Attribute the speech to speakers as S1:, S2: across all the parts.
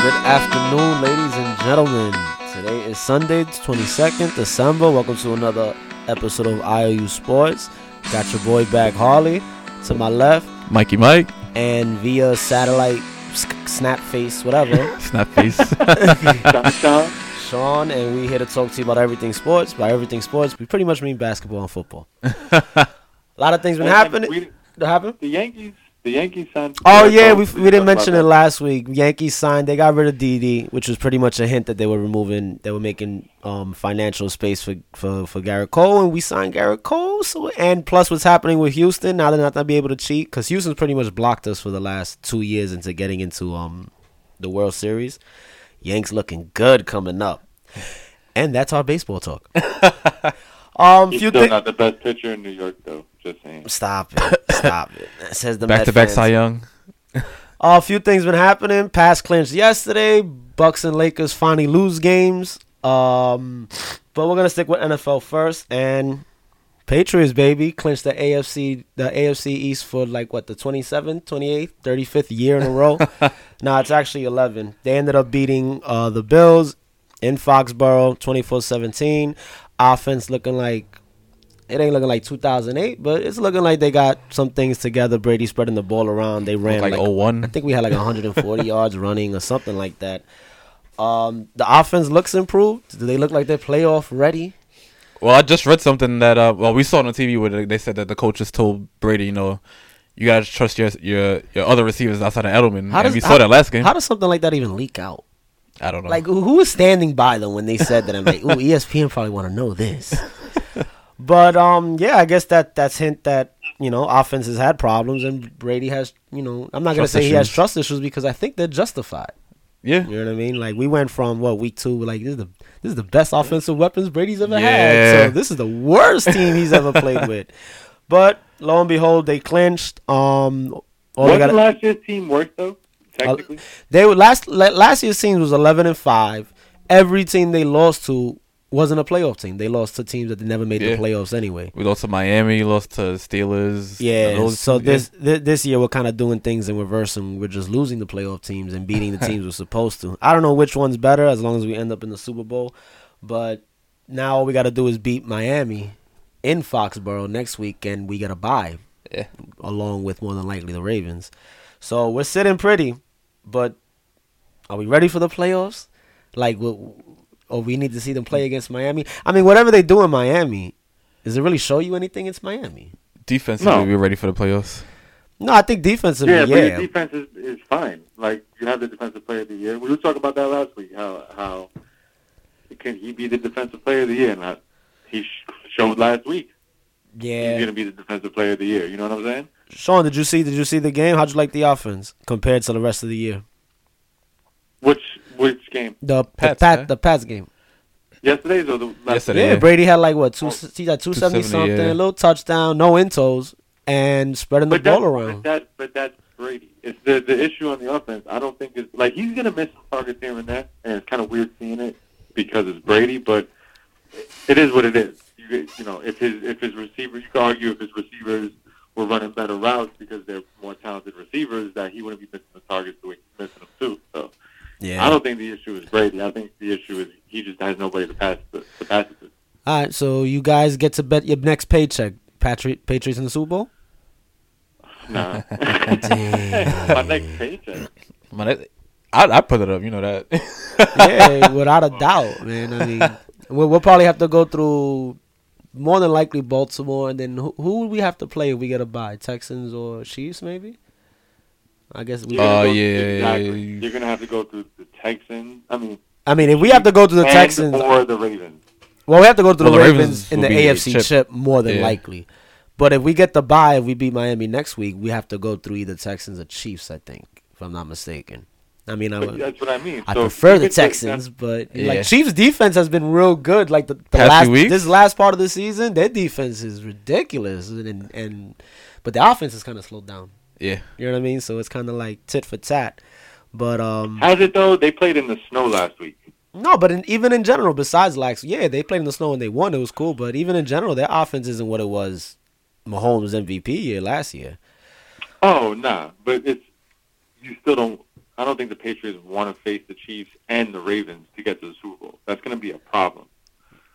S1: afternoon, ladies and gentlemen. Today is Sunday, the 22nd December. Welcome to another episode of IOU Sports. Got your boy back, Harley, to my left,
S2: Mikey Mike,
S1: and via satellite, sk- snap face, whatever,
S2: snap face.
S3: Sunshine.
S1: Sean, and we here to talk to you about everything sports. By everything sports, we pretty much mean basketball and football. A lot of things been
S3: And
S1: happening.
S3: we-
S1: That happened?
S3: the Yankees. The Yankees signed.
S1: Oh
S3: Derek
S1: yeah, we,
S3: Rose.
S1: we didn't mention it
S3: About
S1: last week. Yankees signed. They got rid of DD, which was pretty much a hint that they were removing. They were making um, financial space for, for for Garrett Cole, and we signed Garrett Cole. So and plus, what's happening with Houston now? They're not gonna be able to cheat because Houston's pretty much blocked us for the last two years into getting into um the World Series. Yanks looking good coming up, and that's our baseball talk. um,
S3: He's
S1: few
S3: still
S1: thi-
S3: not the best pitcher in New York, though. Just saying.
S1: Stop it! Stop it! Says the
S2: back
S1: Met
S2: to back
S1: fans.
S2: Cy Young.
S1: A few things been happening. Pass clinched yesterday. Bucks and Lakers finally lose games. Um, but we're gonna stick with NFL first and Patriots, baby, clinched the AFC the AFC East for like what the 27th, 28th, 35th year in a row. nah, it's actually 11. They ended up beating uh, the Bills in Foxborough 24-17. Offense looking like it ain't looking like 2008, but it's looking like they got some things together. Brady spreading the ball around. They ran
S2: Looked like
S1: like
S2: 01.
S1: I think we had like 140 yards running or something like that. Um, the offense looks improved. Do they look like they're playoff ready?
S2: Well, I just read something that uh, well we saw on the TV where they- they said that the coaches told Brady, you know, you gotta trust your your your other receivers outside of Edelman.
S1: How
S2: and
S1: does-
S2: we
S1: how-
S2: saw that last game.
S1: How does something like that even leak out?
S2: I don't know.
S1: Like, who who was standing by them when they said that? I'm like, ooh, E ESPN probably want to know this. but um, yeah, I guess that that's hint that you know offense has had problems and Brady has you know I'm not gonna
S2: Trust
S1: say he has
S2: issues.
S1: trust issues because I think they're justified.
S2: yeah.
S1: You know what I mean? Like we went from what week two, we're like this is the this is the best offensive weapons Brady's ever had.
S2: Yeah.
S1: So this is the worst team he's ever played with. But lo and behold, they clinched. Um, all they
S3: Wasn't
S1: got uh,
S3: last year's team worse though? Technically,
S1: they were last la- last year's team was eleven and five. Every team they lost to wasn't a playoff team. They lost to teams that they never made the
S2: Yeah.
S1: playoffs anyway.
S2: We lost to Miami, lost to Steelers.
S1: Yeah,
S2: Those-
S1: so
S2: yeah.
S1: this thi- this year we're kind of doing things in reverse, and we're just losing the playoff teams and beating the teams we're supposed to. I don't know which one's better, as long as we end up in the Super Bowl. But now all we got to do is beat Miami in Foxborough next week, and we got to buy,
S2: Yeah.
S1: along with more than likely the Ravens. So we're sitting pretty, but are we ready for the playoffs? Like, w- or we need to see them play against Miami? I mean, whatever they do in Miami, does it really show you anything? It's Miami.
S2: defensively
S3: No.
S2: we were ready for the playoffs.
S1: No, I think defensively,
S3: yeah,
S1: yeah.
S3: but your defense is, is fine. Like you have the defensive player of the year. We were talking about that last week. How how can he be the defensive player of the year? Not he sh- showed last week. He's
S1: Yeah.
S3: gonna be the defensive player of the year. You know what I'm saying?
S1: Sean, did you see did you see the game? How'd you like the offense compared to the rest of the year?
S3: Which which game?
S1: The
S2: Pats,
S1: the, Pat,
S2: huh?
S1: the Pats game.
S3: Yesterday's or the last
S2: Yesterday.
S1: Yeah,
S2: Yeah.
S1: Brady had like what two
S3: Oh.
S1: he got two seventy
S2: 270,
S1: something,
S2: yeah.
S1: little touchdown, no intos, and spreading the ball
S3: that- But
S1: around.
S3: that, but that's Brady. It's the the issue on the offense. I don't think it's like he's gonna miss some targets here and there, and it's kind of weird seeing it because it's Brady. But it is what it is. You, you know, if his if his receiver, you could argue if his receivers were running better routes because they're more talented receivers, that he wouldn't be missing the targets the way he's missing them too. So I
S1: yeah.
S3: don't think the issue is Brady. I think the issue is he just has nobody to pass to, to pass it to.
S1: All right, so you guys get to bet your next paycheck. Patri- Patriots in the Super Bowl?
S3: Nah.
S1: Damn.
S3: My next paycheck.
S2: Man, that- I I put it up, you know that.
S1: yeah, without a doubt, man. I mean, we'll, we'll probably have to go through more than likely Baltimore, and then who, who would we have to play if we get a buy? Texans or Chiefs, maybe? I guess we.
S3: You're gonna
S2: Uh,
S3: go-
S2: yeah, yeah,
S3: exactly.
S2: yeah, yeah.
S3: You're gonna have to go through the Texans. I mean,
S1: I mean, if we have to go to the
S3: and
S1: Texans,
S3: or the Ravens.
S1: well, we have to go to
S2: Well,
S1: the
S2: the
S1: Ravens,
S2: Ravens
S1: in
S2: will
S1: the
S2: be a
S1: AFC chip.
S2: chip.
S1: more than
S2: Yeah.
S1: likely. But if we get the buy, if we beat Miami next week, we have to go through either Texans or Chiefs. I think, if I'm not mistaken. I mean, I
S3: But
S1: would.
S3: that's what I mean.
S1: I
S3: So
S1: prefer
S3: you
S1: the
S3: could take
S1: Texans,
S3: them-
S1: but
S2: Yeah.
S1: like Chiefs defense has been real good. Like the, the
S2: Past few
S1: last
S2: weeks?
S1: this last part of the season, their defense is ridiculous, and and, and but the offense is kind of slowed down.
S2: yeah.
S1: You know what I mean? So it's kind of like tit for tat. But um,
S3: How's it though? They played in the snow last week.
S1: no, but in, even in general, besides like yeah, they played in the snow and they won. It was cool, but even in general, their offense isn't what it was. Mahomes MVP year last year.
S3: Oh nah, but it's you still don't I don't think the Patriots want to face the Chiefs and the Ravens to get to the Super Bowl. That's going to be a problem.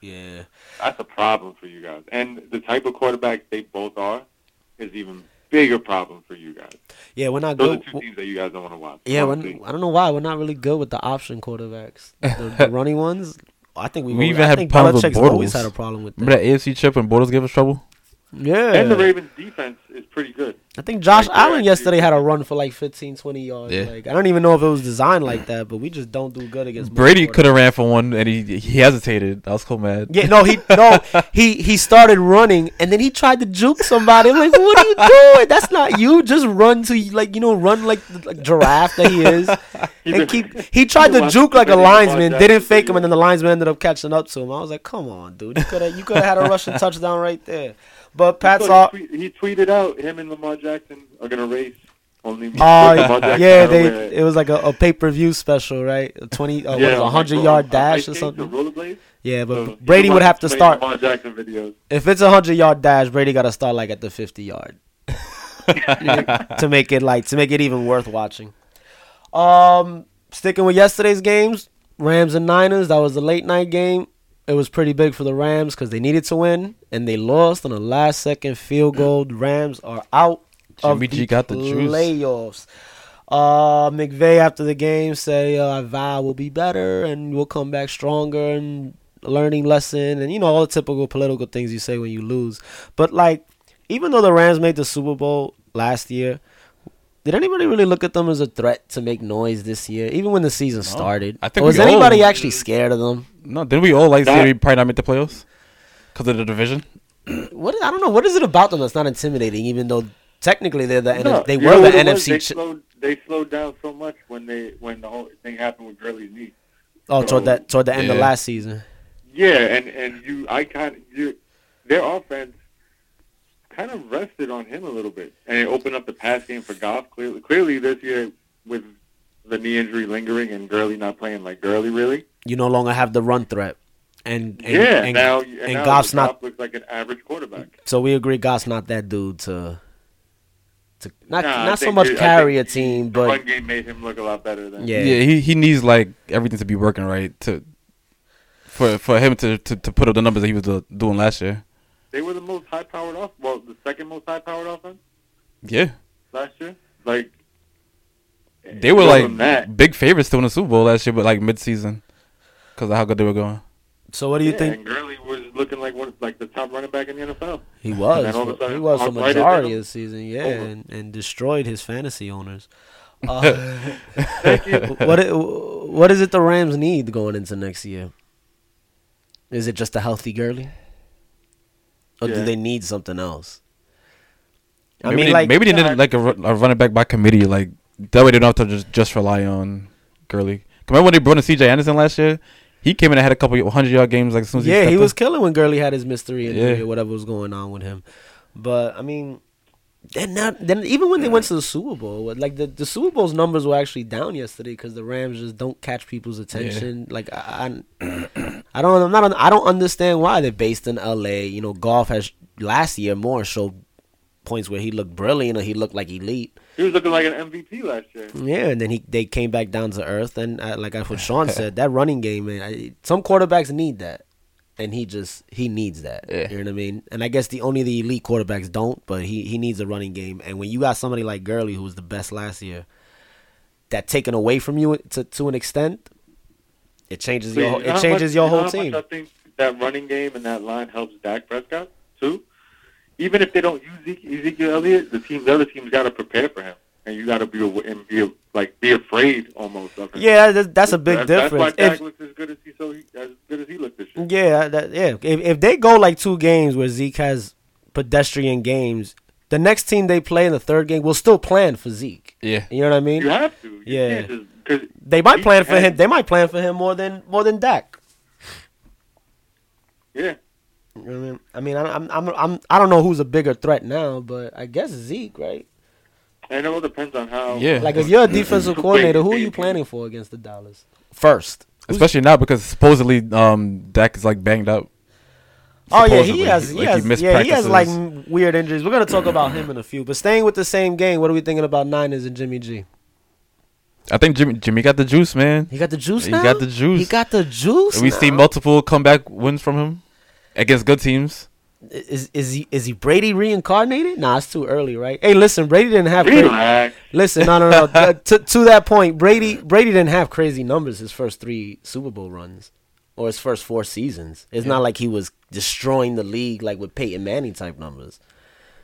S1: Yeah.
S3: That's a problem for you guys. And the type of quarterback they both are is even bigger problem for you guys.
S1: Yeah, we're not
S3: Those
S1: good.
S3: are two teams that you guys don't want to watch.
S1: Yeah,
S3: Honestly.
S1: we're, I don't know why we're not really good with the option quarterbacks. The, the running ones, I think we,
S2: We even
S1: I
S2: had
S1: think
S2: problems with
S1: Belichick's always
S2: Bortles.
S1: had a problem with that.
S2: Remember that AFC chip when Bortles gave us trouble?
S1: Yeah,
S3: and the Ravens defense is pretty good.
S1: I think Josh
S3: Like, they're
S1: Allen
S3: actually-
S1: yesterday had a run for like 15, 20 yards.
S2: Yeah.
S1: Like I don't even know if it was designed like that, but we just don't do good against
S2: Brady
S1: quarterbacks.
S2: could have ran for one, and he he hesitated. I was so mad.
S1: Yeah, no, he no, he he started running and then he tried to juke somebody. I'm like, what are you doing? That's not you. Just run to like you know, run like the like giraffe that he is. And keep he tried to
S3: watched-
S1: juke like a
S3: he watched
S1: linesman,
S3: that
S1: didn't fake
S3: video.
S1: him, and then the linesman ended up catching up to him. I was like, come on, dude, you could have you could have had a Russian touchdown right there. But Pat's
S3: So
S1: all.
S3: he, tweet, he tweeted out him and Lamar Jackson are gonna race. Only
S1: Oh
S3: Lamar Jackson
S1: yeah,
S3: gotta win
S1: they
S3: it.
S1: it was like a, a pay per view special, right? A twenty, uh,
S3: Yeah,
S1: what, a
S3: like,
S1: hundred
S3: bro,
S1: yard
S3: ice
S1: dash or
S3: skates,
S1: something.
S3: the rollerblades.
S1: Yeah, but
S3: So, you
S1: Brady
S3: can
S1: would
S3: watch
S1: have to
S3: explain
S1: start.
S3: Lamar Jackson videos.
S1: If it's a hundred yard dash, Brady got to start like at the fifty yard to make it like to make it even worth watching. Um, sticking with yesterday's games, Rams and Niners. That was the late night game. It was pretty big for the Rams because they needed to win and they lost on a last second field goal. The Rams are out of
S2: Jimmy G
S1: the
S2: got the juice.
S1: playoffs. Uh, McVay after the game say, uh, "I vow we'll be better and we'll come back stronger and learning lesson and you know all the typical political things you say when you lose." But like, even though the Rams made the Super Bowl last year, did anybody really look at them as a threat to make noise this year? Even when the season started,
S2: I think
S1: was
S2: we all-
S1: anybody actually scared of them?
S2: No, didn't we all like say
S3: That-
S2: we probably not make the playoffs because of the division?
S1: What I don't know. What is it about them that's not intimidating? Even though technically they're the
S3: No,
S1: they
S3: you
S1: were
S3: know
S1: the
S3: what it was? They
S1: NFC. Ch-
S3: slowed, they slowed down so much when they when the whole thing happened with Gurley's knee.
S1: oh, toward that toward the end of
S2: Yeah.
S1: last season.
S3: Yeah, and and you, I kind of you, their offense kind of rested on him a little bit, and it opened up the pass game for Goff. Clearly, clearly this year with the knee injury lingering and Gurley not playing like Gurley really.
S1: You no longer have the run threat, and, and
S3: yeah,
S1: and,
S3: now
S1: and,
S3: and, now
S1: Goff's not.
S3: Goff looks like an average quarterback.
S1: So we agree, Goff's not that dude to. To not
S3: Nah, I
S1: not so
S3: think
S1: much
S3: the- I
S1: carry a
S3: think
S1: team,
S3: the
S1: but
S3: run game made him look a lot better than
S1: Yeah.
S2: Yeah, he, he needs like everything to be working right to for for him to, to, to put up the numbers that he was do- doing last year.
S3: they were the most high powered off. Well, the second most high powered offense
S2: Yeah,
S3: last year. Like
S2: they were
S3: show
S2: like
S3: them that.
S2: big favorites to win the Super Bowl last year, but like mid season because of how good they were going.
S1: so what do you
S3: yeah,
S1: think
S3: and Gurley was looking like one like the top running back in the NFL.
S1: he was?
S3: And all of a
S1: he
S3: sudden,
S1: was the
S3: Mark White is
S1: majority
S3: in
S1: of the season, yeah,
S3: Over.
S1: and, and destroyed his fantasy owners. Uh,
S3: Thank you.
S1: what i- what is it the Rams need going into next year? Is it just a healthy Gurley, or do
S3: Yeah.
S1: they need something else? I
S2: Maybe
S1: mean,
S2: they,
S1: like uh,
S2: maybe they
S3: Yeah, I-
S2: didn't like a, run- a running back by committee. Like that way, they don't have to just, just rely on Gurley. Remember when they brought in C.J. Anderson last year? He came in and had a couple hundred yard games. Like as soon as
S1: yeah,
S2: he,
S1: he
S2: stepped
S1: was
S2: in.
S1: killing when Gurley had his mystery injury
S2: Yeah.
S1: or whatever was going on with him. But I mean, then not then even when they went to the Super Bowl, what- like the, the Super Bowl's numbers were actually down yesterday because the Rams just don't catch people's attention. Like I, I, I don't, I'm not, I don't understand why they're based in L.A. You know, golf has last year more showed points where he looked brilliant or he looked like elite.
S3: He was looking like an MVP last year.
S1: Yeah, and then he they came back down to earth, and uh, like that's what Sean said, that running game, man. I, some quarterbacks need that, and he just he needs that.
S2: Yeah.
S1: You know what I mean? And I guess the only the elite quarterbacks don't, but he he needs a running game. And when you got somebody like Gurley, who was the best last year, that taken away from you to to an extent, it changes
S3: So you
S1: your
S3: know
S1: it
S3: how
S1: changes
S3: much-
S1: your
S3: you know
S1: whole
S3: how
S1: team.
S3: Much I think that running game and that line helps Dak Prescott too. Even if they don't use Eze- Ezekiel Elliott, the team, the other team's got to prepare for him, and you got to be aw- and be like be afraid almost of him.
S1: Yeah, that, that's a big
S3: That's-
S1: difference.
S3: That's why Dak
S1: If-
S3: looks as good as he so he, as good as he looked this year.
S1: Yeah, that, yeah. If, if they go like two games where Zeke has pedestrian games, the next team they play in the third game will still plan for Zeke.
S2: Yeah,
S1: You know what I mean?
S3: You have to. You
S1: Yeah.
S3: can't just- 'cause
S1: They might
S3: he
S1: plan for
S3: had-
S1: him. They might plan for him more than more than Dak.
S3: Yeah.
S1: You know what I mean? I mean, I- I'm I'm I'm I don't know who's a bigger threat now, but I guess Zeke, right?
S3: And it all depends on how.
S2: yeah.
S1: Like if you're a defensive
S3: Wait,
S1: coordinator, who are you
S3: wait.
S1: planning for against the Dallas first? Who's-
S2: especially now because supposedly um, Dak is like banged up.
S1: Oh yeah, he
S2: Supposedly.
S1: has. He
S2: Like, he
S1: has
S2: missed
S1: yeah, he has like
S2: practices.
S1: m- weird injuries. We're gonna talk about him in a few. But staying with the same game, what are we thinking about Niners and Jimmy G?
S2: I think Jimmy Jimmy got the juice, man.
S1: He got the juice
S2: He
S1: now.
S2: got the juice.
S1: He got the juice.
S2: We
S1: now?
S2: see multiple comeback wins from him against good teams.
S1: Is is he is he Brady reincarnated? Nah, it's too early, right? Hey, listen, Brady didn't have. Crazy.
S3: Relax.
S1: Listen, no, no, no. Uh, to to that point, Brady Brady didn't have crazy numbers his first three Super Bowl runs, or his first four seasons. It's not like he was destroying the league like with Peyton Manning type numbers,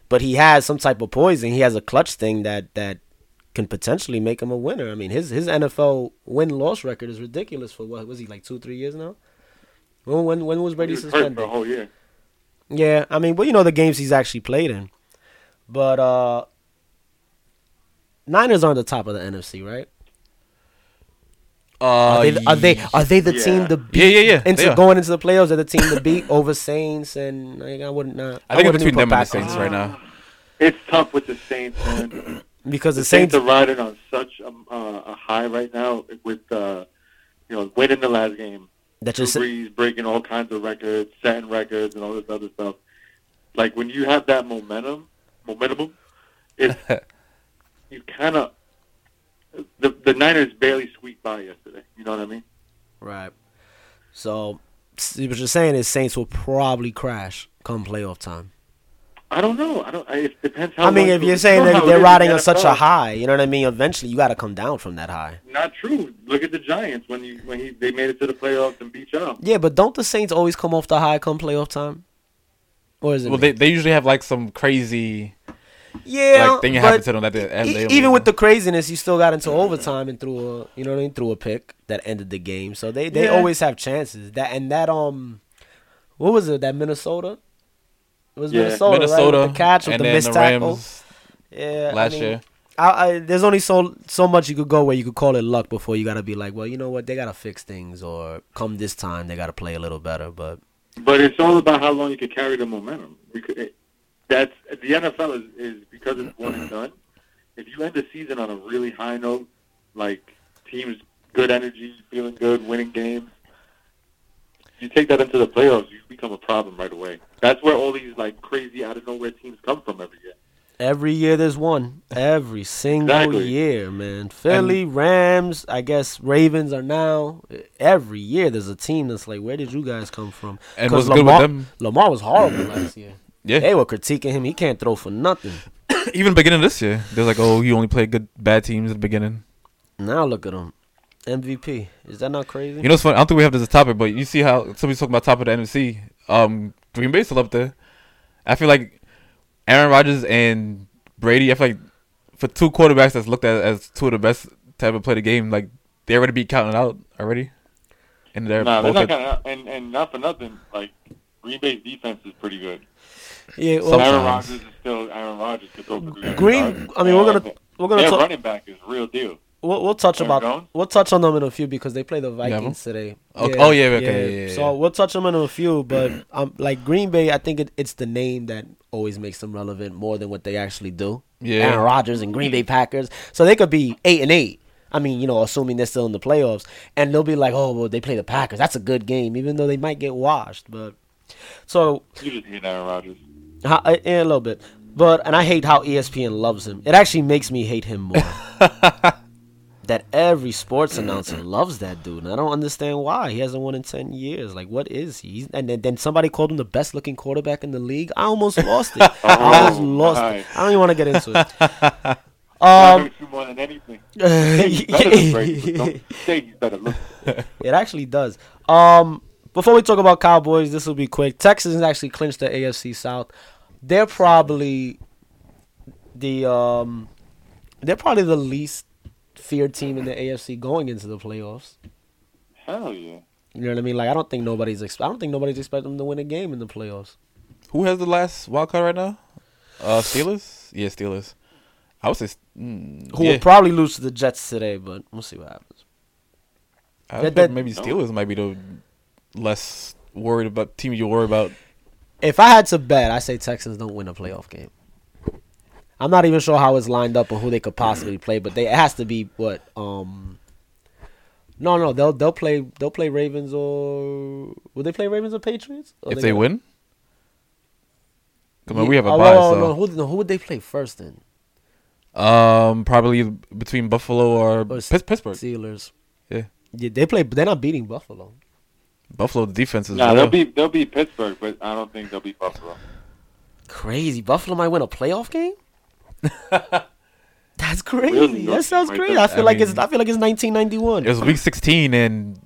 S1: but he has some type of poison. He has a clutch thing that that can potentially make him a winner. I mean, his his NFL win loss record is ridiculous for what was he like two three years now. When when when was
S3: He
S1: Brady
S3: was hurt
S1: suspended?
S3: for a whole year.
S1: Yeah, I mean, well, you know the games he's actually played in, but uh Niners aren't the top of the NFC, right?
S2: Uh,
S1: Are they are they, are they the
S3: Yeah.
S1: team to
S2: Yeah,
S1: beat
S2: yeah, yeah. they
S1: into
S2: are.
S1: going into the playoffs? Are the team to beat over Saints and like, I wouldn't not.
S2: I think it's
S1: wouldn't even
S2: between them
S1: put
S2: and
S1: Packers
S2: the Saints right now.
S3: It's tough with the Saints, man.
S1: because
S3: the
S1: the
S3: Saints
S1: Saints.
S3: are riding on such a, uh, a high right now with uh, you know winning the last game,
S1: That
S3: Drew
S1: just
S3: Brees breaking all kinds of records, setting records, and all this other stuff. Like when you have that momentum, momentum, it's you kind of the the Niners barely squeaked by yesterday. You know what I mean?
S1: right. So s- what you're saying is Saints will probably crash come playoff time.
S3: I don't know. I don't. I, it depends how.
S1: I mean,
S3: long-
S1: if
S3: you
S1: you're saying
S3: know how
S1: that
S3: it
S1: they're
S3: is in
S1: riding on
S3: the
S1: such a
S3: NFL.
S1: high, you know what I mean. Eventually, you got to come down from that high.
S3: Not true. Look at the Giants when you when he, they made it to the playoffs and beat y'all.
S1: Yeah, but don't the Saints always come off the high come playoff time? Or is it
S2: Well,
S1: me?
S2: they, they usually have like some crazy
S1: yeah,
S2: like thing
S1: but
S2: happen to them that they, and
S1: e-
S2: they
S1: even with the craziness, you still got into overtime and threw a you know what I mean threw a pick that ended the game. So they they
S2: Yeah.
S1: always have chances. That and that um, what was it? That Minnesota. It was
S3: Yeah.
S1: Minnesota, Minnesota Oh, right? with the catch with
S2: and
S1: the
S2: then
S1: missed
S2: the
S1: tackle.
S2: Rams
S1: yeah, I
S2: last
S1: mean,
S2: year.
S1: I, I, there's only so so much you could go where you could call it luck before you got to be like, well, you know what, they got to fix things or come this time they got to play a little better. But
S3: But it's all about how long you can carry the momentum. Because it, that's the NFL is, is because it's one
S2: Mm-hmm.
S3: and done. If you end the season on a really high note, like teams good energy, feeling good, winning games, you take that into the playoffs, you become a problem right away. That's where all these like crazy out of nowhere teams come from every year.
S1: Every year there's one. Every single
S3: Exactly.
S1: year, man. Philly, Rams, I guess Ravens are now. Every year there's a team that's like, where did you guys come from?
S2: And
S1: 'Cause
S2: what's good with
S1: Lamar,
S2: them-
S1: Lamar was horrible last year.
S2: Yeah,
S1: They were critiquing him. He can't throw for nothing.
S2: even beginning of this year, they're like, oh, you only play good bad teams at the beginning.
S1: Now look at him. MVP. Is that not crazy?
S2: You know, what's funny. I don't think we have this as a topic, but you see how somebody's talking about top of the NFC. Um, Green Bay's still up there. I feel like Aaron Rodgers and Brady. I feel like for two quarterbacks that's looked at as two of the best to ever play the game, like they already be counting out already. And they're
S3: Nah, they're
S2: both
S3: not
S2: at,
S3: gonna, and and not for nothing. Like Green Bay's defense is pretty good.
S1: yeah, well,
S2: Sometimes.
S3: Aaron Rodgers is still Aaron Rodgers. could go for three hundred
S1: Green.
S3: yards.
S1: I mean, we're
S3: And
S1: gonna we're gonna
S3: their
S1: talk.
S3: running back is real deal.
S1: We'll, we'll touch
S3: Aaron
S1: about
S3: Jones?
S1: we'll touch on them in a few because they play the
S2: have
S1: Vikings today.
S2: Okay. Oh, yeah, okay, yeah, yeah,
S1: so
S2: yeah.
S1: we'll touch them in a few, but um, like Green Bay, I think it, it's the name that always makes them relevant more than what they actually do.
S2: Yeah.
S1: Aaron Rodgers and Green Bay Packers, so they could be eight and eight. I mean, you know, assuming they're still in the playoffs, and they'll be like, "Oh, well, they play the Packers. That's a good game, even though they might get washed." But so
S3: You just hate Aaron Rodgers.
S1: how, uh, yeah, a little bit. But and I hate how E ESPN loves him. It actually makes me hate him more. that every sports announcer loves that dude, and I don't understand why he hasn't won in ten years. Like, what is he? He's- And then, then somebody called him the best looking quarterback in the league. I almost lost it. I almost
S3: Oh,
S1: lost
S3: nice.
S1: it. I don't even want to get into it.
S3: Um,
S1: Um,
S3: hurts you more than anything. He's better than Brady. but
S1: it
S3: Don't say he's better. Look,
S1: actually does. Um, before we talk about Cowboys, this will be quick. Texans actually clinched the AFC South. They're probably the um they're probably the least feared team in the AFC going into the playoffs.
S3: hell yeah.
S1: You know what I mean? Like I don't think nobody's ex- I don't think nobody's expecting them to win a game in the playoffs.
S2: who has the last wild card right now? Uh, Steelers. Yeah, Steelers. I would say s- mm,
S1: Who
S2: yeah.
S1: will probably lose to the Jets today, but we'll see what happens.
S2: I
S1: That-
S2: think
S1: that-
S2: maybe Steelers might be the less worried about team you worry about.
S1: If I had to bet, I say Texans don't win a playoff game. I'm not even sure how it's lined up or who they could possibly play, but they it has to be what um no, no, they'll they'll play they'll play Ravens or will they play Ravens or Patriots? Or
S2: if they
S1: gotta-
S2: win, come on,
S1: Yeah.
S2: we have a
S1: oh,
S2: bias.
S1: no,
S2: so.
S1: no, Who, no, who would they play first then?
S2: Um, probably between Buffalo or,
S1: Or
S2: Pitts- Pittsburgh.
S1: Steelers.
S2: Yeah.
S1: Yeah, they play. They're not beating Buffalo.
S2: Buffalo defense is.
S3: Nah, they'll
S2: real.
S3: be they'll be Pittsburgh, but I don't think they'll be Buffalo.
S1: Crazy. Buffalo might win a playoff game. That's crazy.
S3: Really?
S1: that sounds
S3: Right
S1: great.
S3: there.
S1: I feel
S2: I
S1: like it's.
S2: mean-
S1: I feel like it's 1991.
S2: It was week 16 and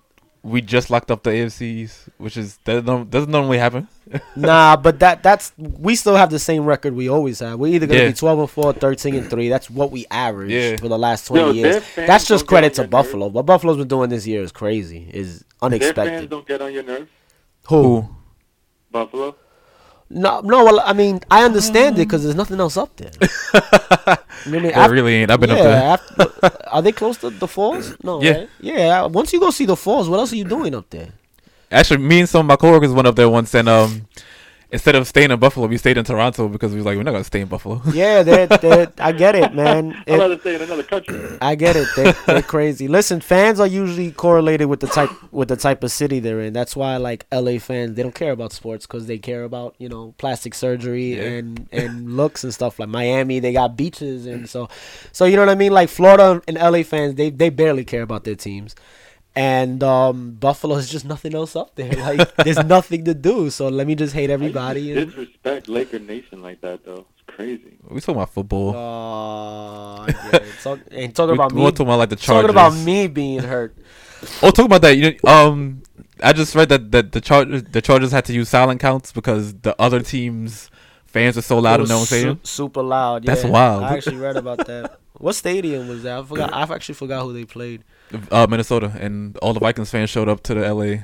S2: we just locked up the AFCs, which is that don't, doesn't normally happen.
S1: nah, but that that's we still have the same record we always have. We're either gonna
S2: Yeah.
S1: be twelve and four, 13 and three. That's what we average
S2: Yeah.
S1: for the last twenty
S3: Yo, their
S1: years.
S3: fans
S1: That's just
S3: don't get
S1: credit to
S3: on your nerves.
S1: Buffalo. What Buffalo's been doing this year is crazy. Is
S3: Their fans
S1: unexpected.
S3: don't get on your nerves.
S1: Who?
S3: Buffalo.
S1: No, no. Well, I mean, I understand it because there's nothing else up there. I mean,
S2: That really ain't. I've been up there.
S1: after- uh, are they close to the falls? No.
S2: Yeah.
S1: right? Yeah. Once you go see the falls, what else are you doing up there?
S2: Actually, me and some of my coworkers went up there once and um, instead of staying in Buffalo, we stayed in Toronto because we was like, we're not going to stay in Buffalo.
S1: Yeah, they're, they're, I get it, man.
S3: I'd
S1: It-
S3: rather stay in another country.
S1: I get it. They, they're crazy. Listen, fans are usually correlated with the type with the type of city they're in. That's why, like LA fans, they don't care about sports because they care about you know plastic surgery
S2: Yeah.
S1: and and looks and stuff. Like Miami, they got beaches and so, so you know what I mean. Like Florida and LA fans, they they barely care about their teams. And um, Buffalo is just nothing else up there. Like there's nothing to do. So let me just hate everybody. And,
S3: Disrespect Laker Nation like that though. It's crazy.
S2: we talking about football.
S1: uh, yeah, talk, and talking
S2: we,
S1: about
S2: we
S1: me.
S2: were talking about like the
S1: Talking
S2: Chargers.
S1: about me being hurt.
S2: Oh, talk about that. You know, um, I just read that, that the Chargers the Chargers had to use silent counts because the other team's fans are so loud
S1: It was
S2: in their own
S1: su-
S2: stadium.
S1: Super loud.
S2: That's
S1: yeah.
S2: wild.
S1: I actually read about that. What stadium was that? I forgot. I actually forgot who they played.
S2: Uh, Minnesota and all the Vikings fans showed up to the LA.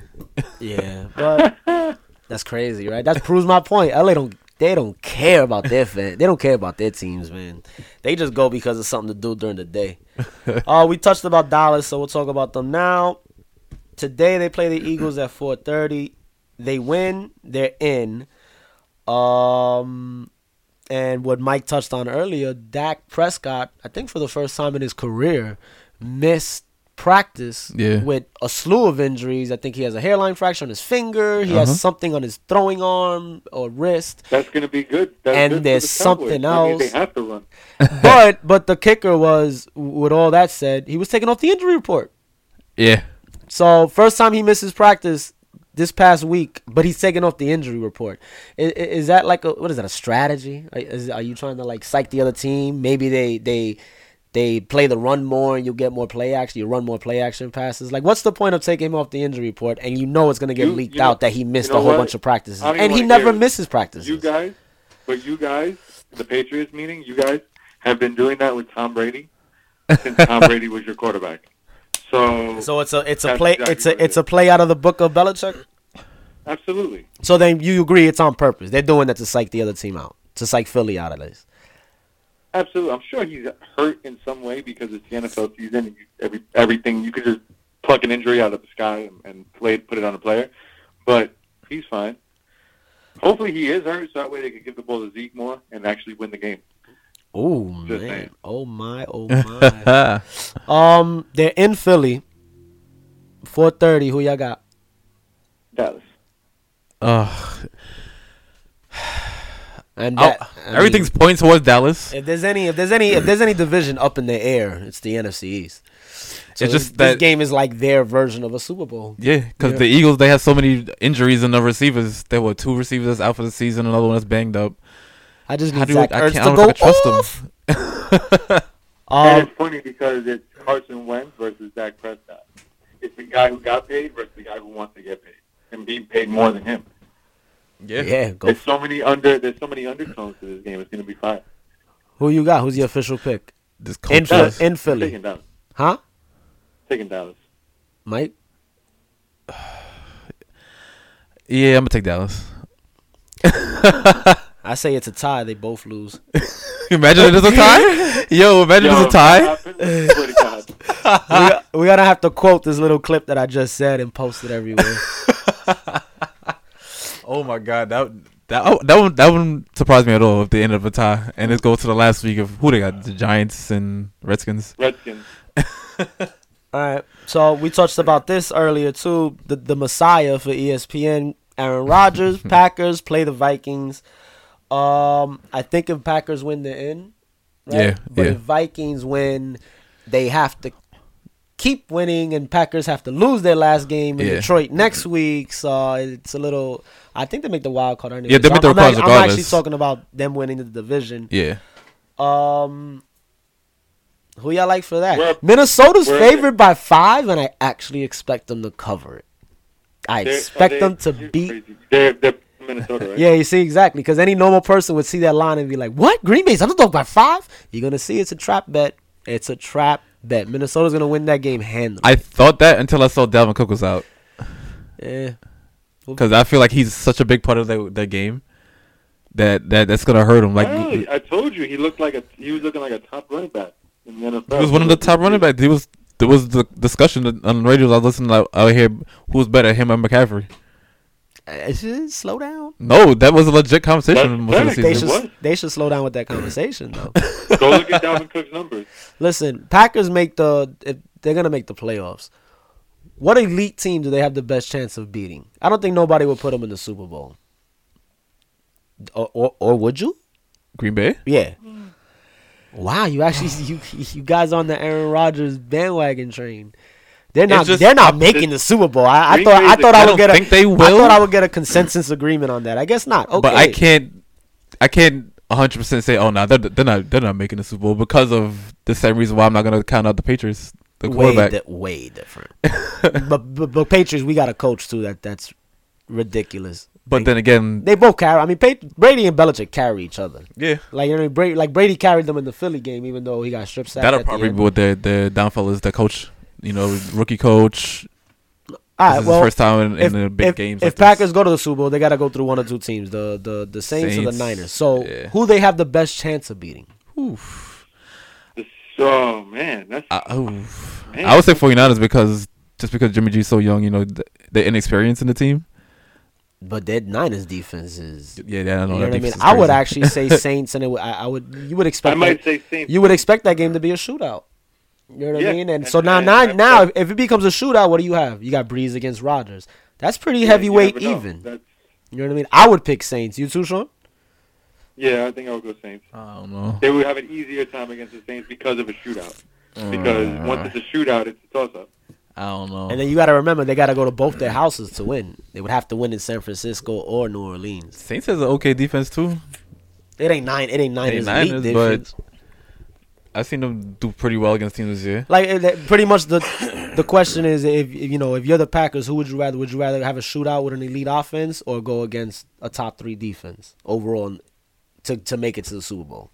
S1: Yeah, but that's crazy, right? That proves my point. LA don't. They don't care about their fan. They don't care about their teams, man. They just go because it's something to do during the day. uh, we touched about Dallas, so we'll talk about them now. Today they play the Eagles at 4:30. They win. They're in. Um, and what Mike touched on earlier, Dak Prescott, I think for the first time in his career, missed practice
S2: Yeah.
S1: with a slew of injuries. I think he has a hairline fracture on his finger. He
S2: Uh-huh.
S1: has something on his throwing arm or wrist.
S3: That's gonna be good. That's
S1: And
S3: good for
S1: there's
S3: the
S1: something
S3: Cowboys. I mean,
S1: else.
S3: they have to run.
S1: but but the kicker was, with all that said, he was taken off the injury report.
S2: Yeah.
S1: So first time he misses practice this past week, but he's taking off the injury report. Is, is that like a what is that a strategy? Are- Is, are you trying to like psych the other team? Maybe they they they play the run more and you get more play action. You run more play action passes. Like what's the point of taking him off the injury report and you know it's gonna get
S3: You-
S1: leaked
S3: you know-
S1: out that he missed
S3: you know
S1: a whole
S3: what?
S1: bunch of practices
S3: I don't
S1: and he
S3: even wanna
S1: never
S3: hear it.
S1: misses practices.
S3: You guys, but you guys, the Patriots meaning, you guys have been doing that with Tom Brady since Tom Brady was your quarterback. So,
S1: so it's a it's a
S3: That's
S1: play
S3: exactly
S1: it's
S3: what
S1: a
S3: it
S1: it's a
S3: is.
S1: play out of the book of Belichick.
S3: absolutely,
S1: So then you agree it's on purpose. They're doing that to psych the other team out, to psych Philly out of this.
S3: absolutely, I'm sure he's hurt in some way because it's the NFL season. And you, every everything you could just pluck an injury out of the sky and, and play put it on a player, but he's fine. Hopefully, he is hurt, so that way they could give the ball to Zeke more and actually win the game.
S1: Oh
S3: Just
S1: man!
S3: saying.
S1: Oh my! Oh my! Um, they're in Philly. Four thirty. Who y'all got?
S3: Dallas.
S2: Ugh.
S1: And
S2: I'll-
S1: that, I mean,
S2: Oh, everything's pointing towards Dallas.
S1: If there's any, if there's any, if there's any division up in the air, it's the NFC East. So
S2: It's
S1: this-
S2: just
S1: this
S2: that-
S1: game is like their version of a Super Bowl.
S2: Yeah, because
S1: Yeah.
S2: the Eagles they have so many injuries in the receivers. There were two receivers that's out for the season, another one that's banged up.
S1: I just
S2: How
S1: need
S2: do I, I
S1: Zach
S2: can't
S1: Ertz
S2: I
S1: to
S2: don't know
S1: go
S2: if I trust
S1: off.
S2: them.
S3: and
S1: Um,
S3: it's funny because it's Carson Wentz versus Dak Prescott. It's the guy who got paid versus the guy who wants to get paid and being paid more than him.
S2: Yeah.
S1: yeah, go.
S3: There's so many under. There's so many undertones to this game. It's going to be fine.
S1: Who you got? Who's your official pick
S2: This
S1: in,
S2: coach
S1: Phil-
S2: is-
S3: Dallas.
S1: in
S3: I'm
S1: Philly?
S3: Taking Dallas.
S1: Huh,
S3: Taking Dallas.
S1: Mike?
S2: yeah, I'm gonna take Dallas.
S1: I say it's a tie. They both lose.
S2: imagine it is a tie. Yo, imagine
S3: Yo,
S2: it's a tie.
S3: what happened? Swear to God.
S1: we, we're gonna have to quote this little clip that I just said and post it everywhere.
S2: Oh my god, that that oh, that one that wouldn't surprise me at all if they ended up a tie and it goes to the last week of who they got the Giants and Redskins.
S3: Redskins.
S1: All right. So we touched about this earlier too. The the Messiah for E ESPN, Aaron Rodgers, Packers play the Vikings. Um, I think if Packers win, they're in. right?
S2: Yeah,
S1: But
S2: yeah.
S1: if Vikings win, they have to keep winning, and Packers have to lose their last game in
S2: Yeah.
S1: Detroit next week. So it's a little. I think they make the wild card. Anyway.
S2: Yeah, they
S1: So
S2: make the
S1: I'm, I'm
S2: wild
S1: act-
S2: card
S1: I'm actually
S2: regardless.
S1: talking about them winning the division.
S2: Yeah.
S1: Um, who y'all like for that?
S3: We're-
S1: Minnesota's
S3: we're-
S1: favored by five, and I actually expect them to cover it. I
S3: They're-
S1: expect
S3: they-
S1: them to
S3: you're
S1: beat.
S3: crazy. They're, they're Minnesota, right?
S1: Yeah, you see exactly because any normal person would see that line and be like, "What? Green Bay's underdog by five? You're gonna see it's a trap bet. It's a trap bet. Minnesota's gonna win that game handily.
S2: I thought that until I saw Dalvin Cook was out
S1: Yeah.
S2: because I feel like he's such a big part of their, their game that, that that's gonna hurt him. Like
S3: Really? I told you he looked like a he was looking like a top running back in the NFL.
S2: he was one of the top running backs. He was there was the discussion on the radio. I was listening out, out here who's better, him or McCaffrey.
S1: Uh, just slow down.
S2: No, that was a legit conversation.
S3: That's
S2: most of the
S3: fact.
S1: They
S3: It
S2: season.
S1: should.
S3: was.
S1: They should slow down with that conversation though.
S3: Go look at Dalvin Cook's numbers.
S1: Listen, Packers make the. If they're gonna make the playoffs. What elite team do they have the best chance of beating? I don't think nobody would put them in the Super Bowl. Or, or, or would you?
S2: Green Bay.
S1: Yeah. Wow, you actually you you guys on the Aaron Rodgers bandwagon train. They're not
S2: just-
S1: they're not making the Super Bowl. I, I
S3: Green
S1: thought I
S3: Bay's-
S1: thought I,
S2: I
S1: would
S2: don't
S1: get a,
S2: think they
S1: I
S2: will.
S1: thought I would get a consensus agreement on that. I guess not. Okay.
S2: But I can't, I can't 100 percent say, oh no, they're, they're not, they're not making the Super Bowl because of the same reason why I'm not gonna count out the Patriots, the
S1: way
S2: quarterback.
S1: di- way different. but, but but Patriots, we got a coach too that that's ridiculous.
S2: but
S1: Like,
S2: then again,
S1: they both carry. I mean, Pat- Brady and Belichick carry each other.
S2: yeah,
S1: Like you know, Brady, like Brady carried them in the Philly game, even though he got strip sacked.
S2: that'll
S1: at the
S2: probably
S1: end.
S2: be what their their downfall is. The coach, you know, rookie coach.
S1: All
S2: this
S1: right,
S2: is
S1: well,
S2: his first time in, in a big
S1: if,
S2: game.
S1: if Packers go to the Super Bowl, they got to go through one or two teams, the the the Saints, or the
S2: Saints,
S1: Niners. So
S2: yeah.
S1: who they have the best chance of beating?
S3: This- Oh man, that's
S2: I, oh, I would say 49ers because just because Jimmy G's so young, you know, th- the inexperience in the team.
S1: But that Niners defense is.
S2: Yeah, yeah, I
S1: You
S2: know.
S1: know
S2: that
S1: what I mean?
S2: defense is
S1: I would
S2: crazy.
S1: actually say Saints, and it would, I, I would you would expect
S3: I
S1: that-
S3: might say Saints.
S1: you would expect that game to be a shootout. You know what I
S3: Yeah,
S1: mean? And
S3: and-
S1: so now,
S3: and
S1: now,
S3: I-
S1: now, if, if it becomes a shootout, what do you have? You got Breeze against Rodgers. That's pretty
S3: Yeah, you
S1: heavyweight,
S3: never know.
S1: even.
S3: That's,
S1: You know what I mean? I would pick Saints. You too, Sean?
S3: yeah, I think I would go Saints.
S2: I don't know.
S3: They would have an easier time against the Saints because of a shootout. Because once it's a shootout, it's a toss up.
S2: I don't know.
S1: And then you got to remember they got to go to both their houses to win. They would have to win in San Francisco or New Orleans.
S2: Saints has an okay defense too.
S1: It ain't nine. It ain't nine.
S2: They
S1: It's
S2: Niners,
S1: elite
S2: but
S1: but
S2: I've seen them do pretty well against teams this year.
S1: like it- that- pretty much the the question is if, if you know if you're the Packers, who would you rather? Would you rather have a shootout with an elite offense or go against a top three defense overall in- to to make it to the Super Bowl?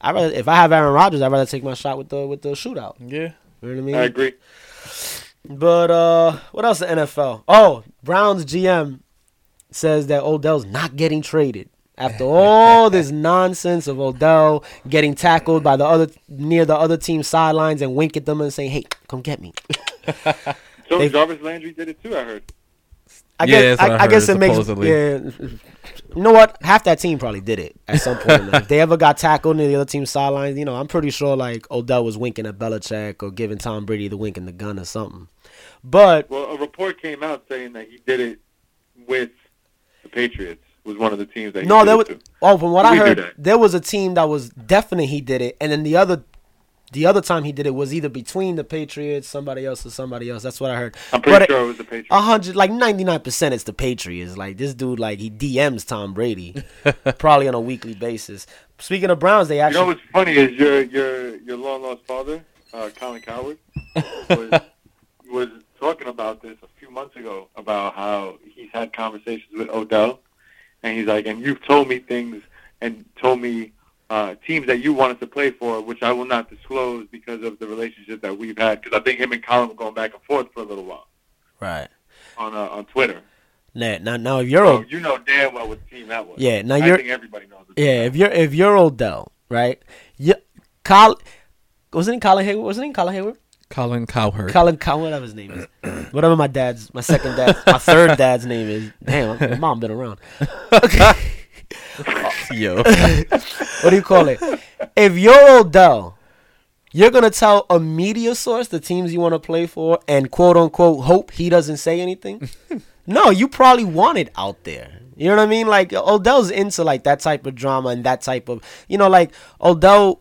S1: I rather if I have Aaron Rodgers, I'd rather take my shot with the with the shootout.
S2: Yeah.
S1: You know what I mean?
S3: I agree.
S1: But uh, what else? The NFL. Oh, Browns GM says that Odell's not getting traded after all this nonsense of Odell getting tackled by the other near the other team's sidelines and wink at them and saying, "Hey, come get me."
S3: So
S1: They-
S3: Jarvis Landry did it too. I heard.
S1: I
S2: Yeah,
S1: guess
S2: that's what
S1: I,
S2: I
S1: I guess it
S2: heard,
S1: makes
S2: supposedly.
S1: yeah. You know what? Half that team probably did it at some point. in life. if they ever got tackled near the other team's sidelines, you know, I'm pretty sure like Odell was winking at Belichick or giving Tom Brady the wink and the gun or something. But
S3: Well, a report came out saying that he did it with the Patriots. Was one of the teams that he
S1: No,
S3: did
S1: there
S3: it
S1: was.
S3: to.
S1: Oh, from what I
S3: We do
S1: heard,
S3: that.
S1: there was a team that was definite he did it, and then the other, the other time he did it was either between the Patriots, somebody else, or somebody else. That's what I heard.
S3: I'm pretty
S1: But
S3: sure it was the Patriots.
S1: A hundred, like ninety nine percent, it's the Patriots. Like this dude, like he DMs Tom Brady, probably on a weekly basis. Speaking of Browns, they
S3: You know
S1: actually.
S3: what's funny is your your your long lost father, uh, Colin Coward, was, was talking about this a few months ago about how he's had conversations with Odell, and he's like, and you've told me things and told me uh, teams that you wanted to play for, which I will not disclose because of the relationship that we've had. Because I think him and Colin were going back and forth for a little while
S1: right
S3: on uh, on Twitter.
S1: now, now, now, if you're,
S3: So
S1: O-
S3: you know damn well what team that was.
S1: Oh. Yeah, now
S3: I
S1: you're-
S3: think everybody knows. what team
S1: yeah,
S3: that
S1: if you're, if you're Odell, right? Yeah, Col, wasn't it Colin Hayward? Wasn't it Colin Hayward?
S2: Colin Cowherd.
S1: Colin, Colin, whatever his name is, whatever my dad's, my second dad, my third dad's name is. Damn, my mom been around. Okay,
S2: Yo.
S1: what do you call it? If you're Odell, you're gonna tell a media source the teams you want to play for, and quote unquote hope he doesn't say anything. no, you probably want it out there. You know what I mean? Like Odell's into like that type of drama and that type of, you know, like Odell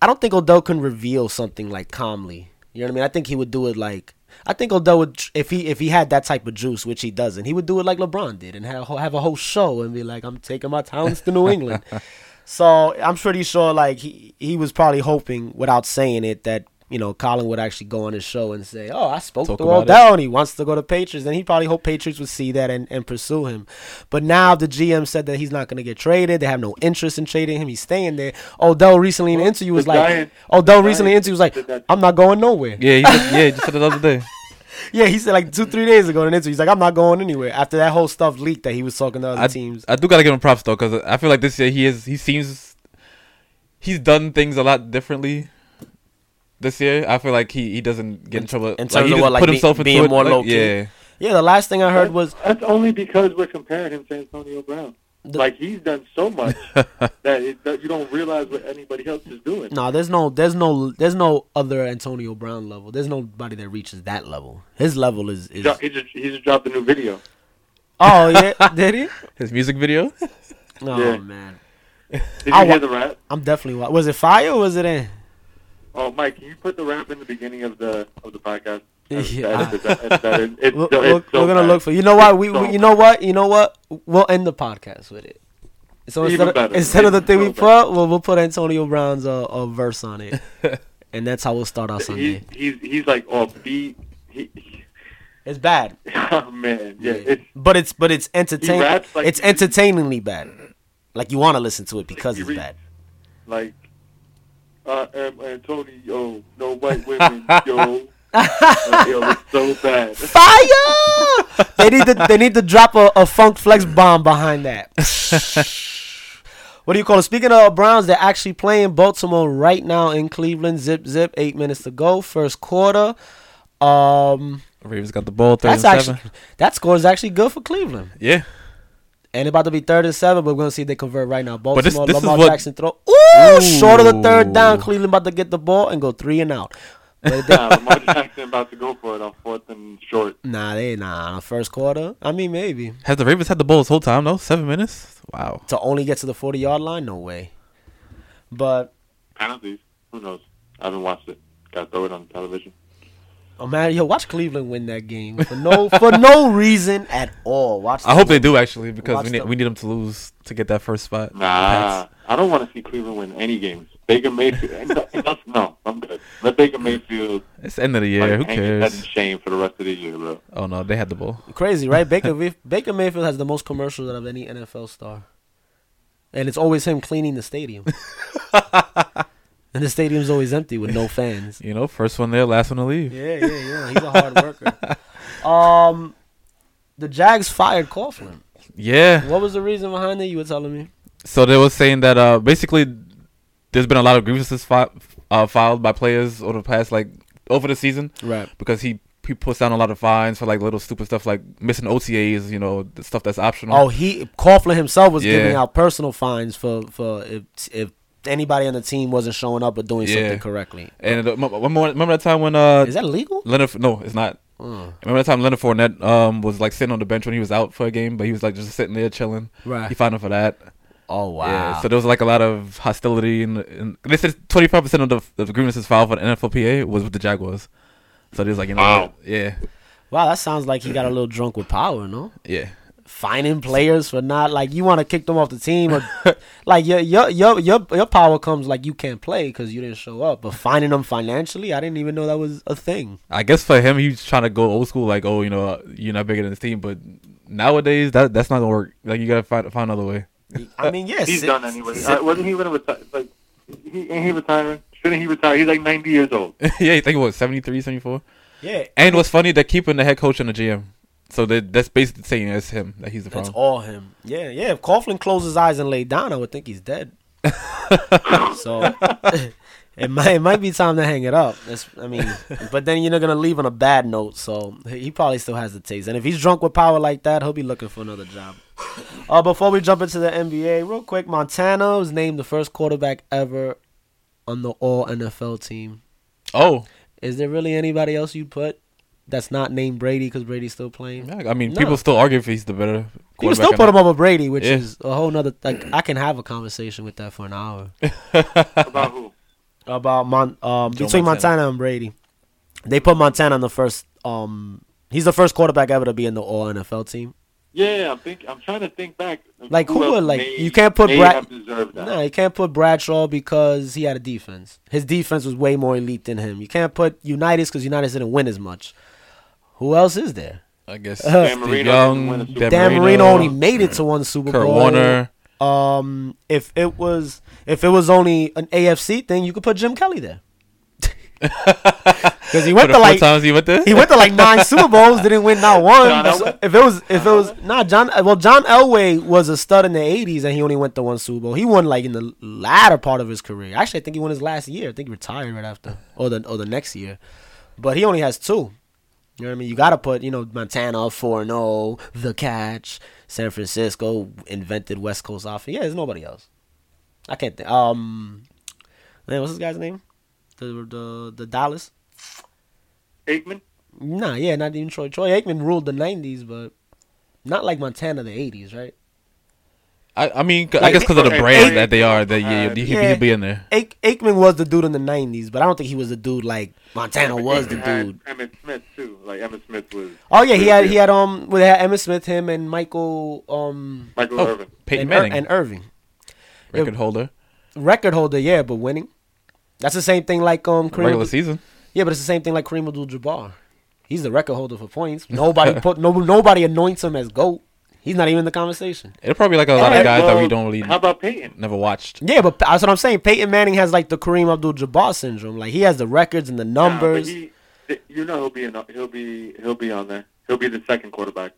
S1: I don't think Odell can reveal something like calmly. You know what I mean? I think he would do it like I think Odell would tr- if he if he had that type of juice, which he doesn't, he would do it like LeBron did and have a whole, have a whole show and be like, "I'm taking my talents to New England." so I'm pretty sure like he he was probably hoping without saying it that you know Colin would actually go on his show and say, "Oh, I spoke
S2: Talk
S1: to
S2: about it.
S1: Odell and he wants to go to Patriots," and he probably hoped Patriots would see that and, and pursue him. But now the GM said that he's not going to get traded. They have no interest in trading him. He's staying there. Odell recently in an interview was
S3: the
S1: like,
S3: Giants-
S1: Odell
S3: the
S1: recently in an interview was
S3: did
S1: like,
S3: that-
S1: "I'm not going nowhere."
S2: Yeah, he just, yeah, he just said it the other day.
S1: Yeah, he said like two, three days ago in an interview, he's like, I'm not going anywhere. After that whole stuff leaked that he was talking to other
S2: I,
S1: teams.
S2: I do gotta give him props though, because I feel like this year he is he seems he's done things a lot differently. This year, I feel like he, he doesn't get in trouble.
S1: terms
S2: like, he
S1: of
S2: just
S1: what, like,
S2: put
S1: be-
S2: himself into
S1: being
S2: it,
S1: more
S2: like,
S1: low-key?
S2: Yeah,
S1: yeah, the last thing I heard was
S3: that's only because we're comparing him to Antonio Brown.
S1: The-
S3: like he's done so much that, it, that you don't realize what anybody else is doing.
S1: no, there's no there's no there's no other Antonio Brown level. There's nobody that reaches that level. His level is,
S3: He,
S1: is
S3: dro- he just he just dropped a new video.
S1: Oh yeah, did he?
S2: his music video.
S1: No
S3: Yeah.
S1: man.
S3: Did you
S1: I wa-
S3: hear the rap?
S1: I'm definitely wa- was it fire or was it in?
S3: Oh, Mike, can you put the rap in the beginning of the of the podcast?
S1: Yeah.
S3: It's better- it's better. It's-
S1: We'll,
S3: it's
S1: we'll-
S3: so
S1: we're gonna
S3: bad.
S1: look for you know what we,
S3: It's so
S1: we you know what you know what we'll end the podcast with it. So
S3: Even
S1: instead of,
S3: better.
S1: instead of the
S3: Even
S1: thing we
S3: so
S1: put, we'll, we'll put Antonio Brown's uh, uh, verse on it, and that's how we'll start our
S3: bad. He,
S1: Sunday.
S3: he's he's like off beat. He, he,
S1: It's bad.
S3: oh man, yeah. It's,
S1: but it's but it's entertaining.
S3: raps like
S1: it's
S3: he-
S1: entertainingly bad. Like you want to listen to it because
S3: he
S1: it's
S3: reads.
S1: bad.
S3: like I am Antonio. No white women, yo. Like, yo, it's so bad.
S1: Fire! they need to they need to drop a, a funk flex bomb behind that. what do you call it? Speaking of Browns, they're actually playing Baltimore right now in Cleveland. Zip zip. Eight minutes to go. First quarter. Um,
S2: Ravens got the ball. Third
S1: that's
S2: and
S1: actually
S2: seven.
S1: that score is actually good for Cleveland.
S2: yeah.
S1: And about to be third and seven, but we're gonna see if they convert right now. Baltimore,
S2: this- this is
S1: Lamar
S2: what-
S1: Jackson throw. Ooh, short of the third down.
S2: Ooh.
S1: Cleveland about to get the ball and go three and out. But they-
S3: nah, Lamar Jackson about to go for it on fourth and short.
S1: nah, they nah. on the First quarter, I mean maybe
S2: Has the Ravens had the ball this whole time though? Seven minutes. Wow.
S1: to only get to the forty yard line, no way. But
S3: Penalties. Who knows? I haven't watched it. Got to throw it on television.
S1: oh man, yo, watch Cleveland win that game for no for no reason at all. Watch.
S2: I hope they do actually because
S1: Watch
S2: we need
S1: them.
S2: we need them to lose to get that first spot.
S3: Nah,
S2: Pats.
S3: I don't want to see Cleveland win any games. Baker Mayfield. and- and that's- no, I'm good. Let Baker Mayfield
S2: It's the end of the year.
S3: like,
S2: Who
S3: hang his head in
S2: cares?
S3: shame for the rest of the year, bro.
S2: Oh no, they had the ball.
S1: crazy, right? Baker Mayf- Baker Mayfield has the most commercials out of any NFL star, and it's always him cleaning the stadium. and the stadium's always empty with no fans.
S2: You know, first one there, last one to leave.
S1: Yeah, yeah, yeah. He's a hard worker. Um, the Jags fired Coughlin.
S2: yeah.
S1: What was the reason behind it? You were telling me.
S2: So they were saying that uh, basically there's been a lot of grievances fi- uh, filed by players over the past like over the season
S1: Right.
S2: because he he puts down a lot of fines for like little stupid stuff like missing OTAs, you know, the stuff that's optional.
S1: Oh, he Coughlin himself was
S2: Yeah.
S1: giving out personal fines for for if if anybody on the team wasn't showing up or doing
S2: Yeah.
S1: something correctly.
S2: and uh, m- one more- remember that time when uh
S1: Is that legal?
S2: Leonard no, it's not.
S1: Mm.
S2: Remember that time Leonard Fournette um was like sitting on the bench when he was out for a game, but he was like just sitting there chilling.
S1: Right.
S2: He found him for that.
S1: Oh wow.
S2: Yeah, so there was like a lot of hostility, and, and they said 25 percent of the, of the grievances filed for the NFLPA was with the Jaguars. So there's like you know,
S3: Wow.
S2: yeah,
S1: wow, that sounds like he got a little drunk with power, no?
S2: yeah.
S1: Fining players for not like you want to kick them off the team or like your your your your your power comes like you can't play because you didn't show up, but fining them financially, I didn't even know that was a thing.
S2: I guess for him, he's trying to go old school, like, oh, you know, uh, you're not bigger than this team. But nowadays, that that's not gonna work. Like, you gotta find find another way.
S1: I mean, yes,
S3: He's done anyway. Uh, wasn't he going to retire? Like, he, ain't he retiring? Shouldn't he retire? He's like 90 years old.
S2: yeah, you think what 73, 74?
S1: yeah,
S2: And what's funny, they're keeping the head coach and the GM. So that that's basically saying it's him that he's the
S1: that's
S2: problem.
S1: all him. Yeah, yeah. If Coughlin closed his eyes and laid down, I would think he's dead. so it might it might be time to hang it up. That's, I mean, but then you're not gonna leave on a bad note. So he probably still has the taste. And if he's drunk with power like that, he'll be looking for another job. Uh, before we jump into the NBA, real quick, Montana was named the first quarterback ever on the All NFL team.
S2: oh,
S1: Is there really anybody else you put that's not named Brady because Brady's still playing?
S2: yeah, I mean,
S1: No.
S2: people still argue if he's the better.
S1: You can
S2: quarterback
S1: still
S2: or
S1: put
S2: not.
S1: him over Brady, which
S2: Yeah.
S1: is a whole nother. Like I can have a conversation with that for an hour.
S3: About who?
S1: about Mon- um,
S2: Joe
S1: between
S2: Montana.
S1: Montana. and Brady. They put Montana on the first. Um, he's the first quarterback ever to be in the All NFL team.
S3: Yeah, I'm think I'm trying to think back.
S1: Like, who
S3: else
S1: would, like,
S3: may-
S1: you can't put
S3: may
S1: Brad-
S3: have deserved that.
S1: No, you can't put Bradshaw because he had a defense. His defense was way more elite than him. You can't put Unitas because Unitas didn't win as much. Who else is there?
S2: I guess
S1: Dan
S2: Steve
S3: Marino didn't win a
S2: Young,
S3: Super
S2: Dan
S1: Dan
S2: Marino,
S1: Marino only made it to one Super
S2: Kurt
S1: Bowl.
S2: Warner.
S1: Um, if it was if it was only an AFC thing, you could put Jim Kelly there. Because he
S2: For
S1: went to
S2: the four
S1: like
S2: times he went there.
S1: he went to like nine Super Bowls, didn't win not one.
S3: John Elway?
S1: if it was if it was not John uh, well John Elway was a stud in the eighties and he only went to one Super Bowl. He won like in the latter part of his career. Actually, I think he won his last year. I think he retired right after or the or the next year. But he only has two. You know what I mean? You gotta put, you know, Montana four and oh, the catch, San Francisco invented West Coast offense. Yeah, there's nobody else. I can't think. Um, man, what's this guy's name? The the the Dallas.
S3: Aikman.
S1: Nah, yeah, not even Troy. Troy Aikman ruled the '90s, but not like Montana the '80s, right?
S2: I, I mean, 'cause- I
S1: Like,
S2: guess because of the
S3: okay,
S2: brand
S3: Brady
S2: that they are, that yeah, he,
S1: had-
S2: he'd be in there.
S1: Aik- Aikman was the dude in the '90s, but I don't think he was the dude like Montana
S3: Aikman
S1: was the
S3: had
S1: dude.
S3: Emmett Smith too. Like Emmett Smith was
S1: Oh yeah, he had he had um, well, they had Emmitt Smith, him, and Michael um,
S3: Michael
S2: Oh,
S3: Irvin.
S2: Peyton
S1: and, Ir-
S2: Manning,
S1: and Irving,
S2: record holder,
S1: record holder, yeah, but winning. That's the same thing like um, Kareem
S2: regular
S1: Abdul-
S2: season.
S1: yeah, but it's the same thing like Kareem Abdul-Jabbar. He's the record holder for points. Nobody put no nobody anoints him as goat. He's not even in the conversation.
S2: It'll probably like a lot
S3: Alright,
S2: of guys that we
S3: well,
S2: don't really
S3: How about Peyton?
S2: never watched.
S1: Yeah, but that's what I'm saying. Peyton Manning has like the Kareem Abdul-Jabbar syndrome. Like he has the records and the
S3: Nah, but
S1: numbers.
S3: he- th- you know he'll be in, he'll be he'll be on there. He'll be the second quarterback.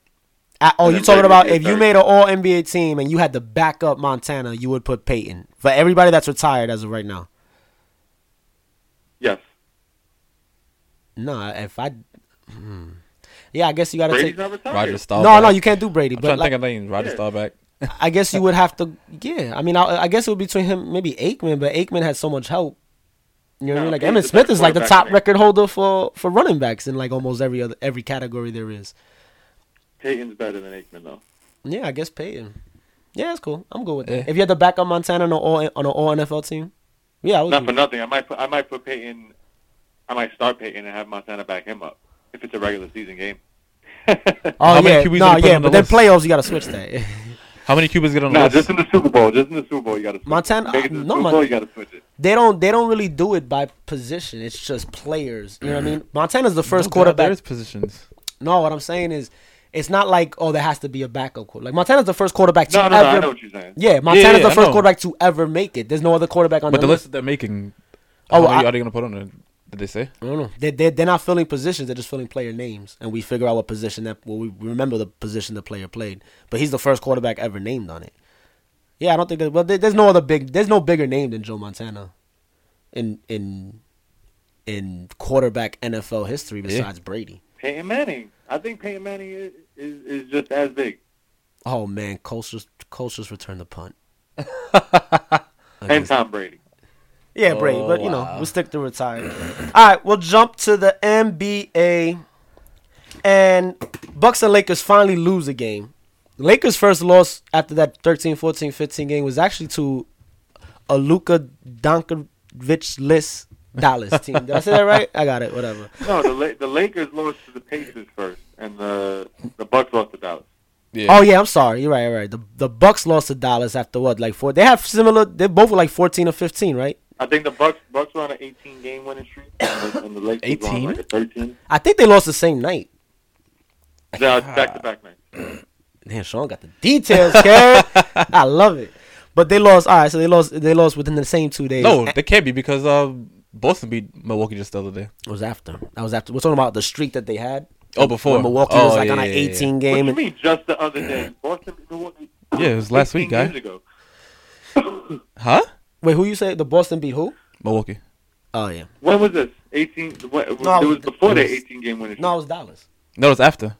S1: I- oh,
S3: and
S1: you
S3: then
S1: talking
S3: Brady
S1: about
S3: did
S1: if you
S3: third.
S1: made an All NBA team and you had to back up Montana, you would put Peyton for everybody that's retired as of right now.
S3: Yes.
S1: Nah, if I, hmm. yeah, I guess you got to
S3: Brady's
S1: take.
S3: not retired.
S2: Roger Staubach.
S1: No, no, you can't do Brady.
S2: I'm
S1: but
S2: trying
S1: like,
S2: to think of names. Roger
S3: Yeah.
S2: Staubach.
S1: I guess you would have to. Yeah, I mean, I, I guess it would be between him, maybe Aikman, but Aikman had so much help. You know what I
S3: No,
S1: mean? Like
S3: he's
S1: Emmitt
S3: the
S1: Smith
S3: best
S1: is like the
S3: quarterback
S1: top
S3: in the-
S1: record holder for for running backs in like almost every other every category there is.
S3: Peyton's better than Aikman though.
S1: Yeah, I guess Peyton. Yeah, that's cool. I'm good with that.
S2: Yeah.
S1: If you had to back up Montana on an all on an all NFL team, yeah, I would
S3: Not
S1: do
S3: for nothing. I might put I might put Peyton. I might start Peyton and have Montana back him up if it's a regular season game.
S1: Oh
S2: How many
S1: yeah, no,
S2: QBs did he put
S1: yeah,
S2: on the
S1: but then
S2: list?
S1: playoffs you gotta switch that.
S2: How many Cubans get on the
S3: No,
S2: list?
S3: just in the Super Bowl. Just in the Super Bowl, you got to switch. it.
S1: Montana-
S3: Make it to the
S1: no,
S3: Super
S1: Mon-
S3: Bowl, you got to switch it.
S1: they don't they don't really do it by position. It's just players. You know what I mean? Montana's the first
S2: No,
S1: quarterback.
S2: There's positions.
S1: No, what I'm saying is, it's not like oh there has to be a backup quarterback. Like Montana's the first quarterback to
S3: No, no, no.
S1: ever.
S3: I know what you're saying.
S1: Yeah, Montana's
S2: yeah,
S1: the
S2: I
S1: first
S2: know.
S1: quarterback to ever make it. There's no other quarterback on
S2: But the
S1: list.
S2: list that they're making,
S1: Oh,
S2: how many
S1: I-
S2: are they gonna put on there? Did they say?
S1: I don't know. They they they're not filling positions. They're just filling player names, and we figure out what position that. Well, we remember the position the player played. But he's the first quarterback ever named on it. Yeah, I don't think that. Well, there, there's no other big. There's no bigger name than Joe Montana, in in in quarterback NFL history besides Brady.
S3: Peyton Manning. I think Peyton Manning is, is, is just as big.
S1: Oh man, Colts just Colts just returned the punt.
S3: And Tom Brady.
S1: Yeah, Brady,
S2: Oh,
S1: but you know,
S2: wow.
S1: we'll stick to retired. All right, we'll jump to the NBA. And Bucks and Lakers finally lose a game. Lakers' first loss after that 13 14 15 game was actually to a Luka Donkovic list Dallas team. Did I say that right? I got it, whatever.
S3: No, the La- the Lakers lost to the Pacers first, and the the Bucks lost to Dallas.
S1: Oh yeah, I'm sorry. You're right, you're right. The the Bucks lost to Dallas after what? Like four. They have similar they both were like 14 or 15, right?
S3: I think the Bucks Bucks were on an 18 game winning streak, and the, and the Lakers were on
S2: 18?
S3: like a 13.
S1: I think they lost the same night.
S3: No, it's back to back night.
S1: Damn, Sean got the details, Kev. I love it. But they lost. All right, so they lost. They lost within the same two days.
S2: No,
S1: A-
S2: they can't be because um, Boston beat Milwaukee just the other day.
S1: it was after. That was after. We're talking about the streak that they had.
S2: Oh, before
S1: When Milwaukee
S2: oh,
S1: was like on
S2: yeah,
S1: an
S2: yeah,
S1: 18
S2: yeah.
S3: What do
S1: game.
S3: you mean just the other day? Boston, Milwaukee.
S2: Yeah, it was last week,
S3: 15 years
S2: guy.
S3: ago.
S2: Huh?
S1: Wait, who you say the Boston beat who?
S2: Milwaukee.
S1: Oh yeah,
S3: When was this? 18. What,
S1: No,
S3: it was before
S1: it
S3: the
S1: was-
S3: 18 game winning.
S1: no, it
S3: streak.
S1: was Dallas.
S2: No, it's after.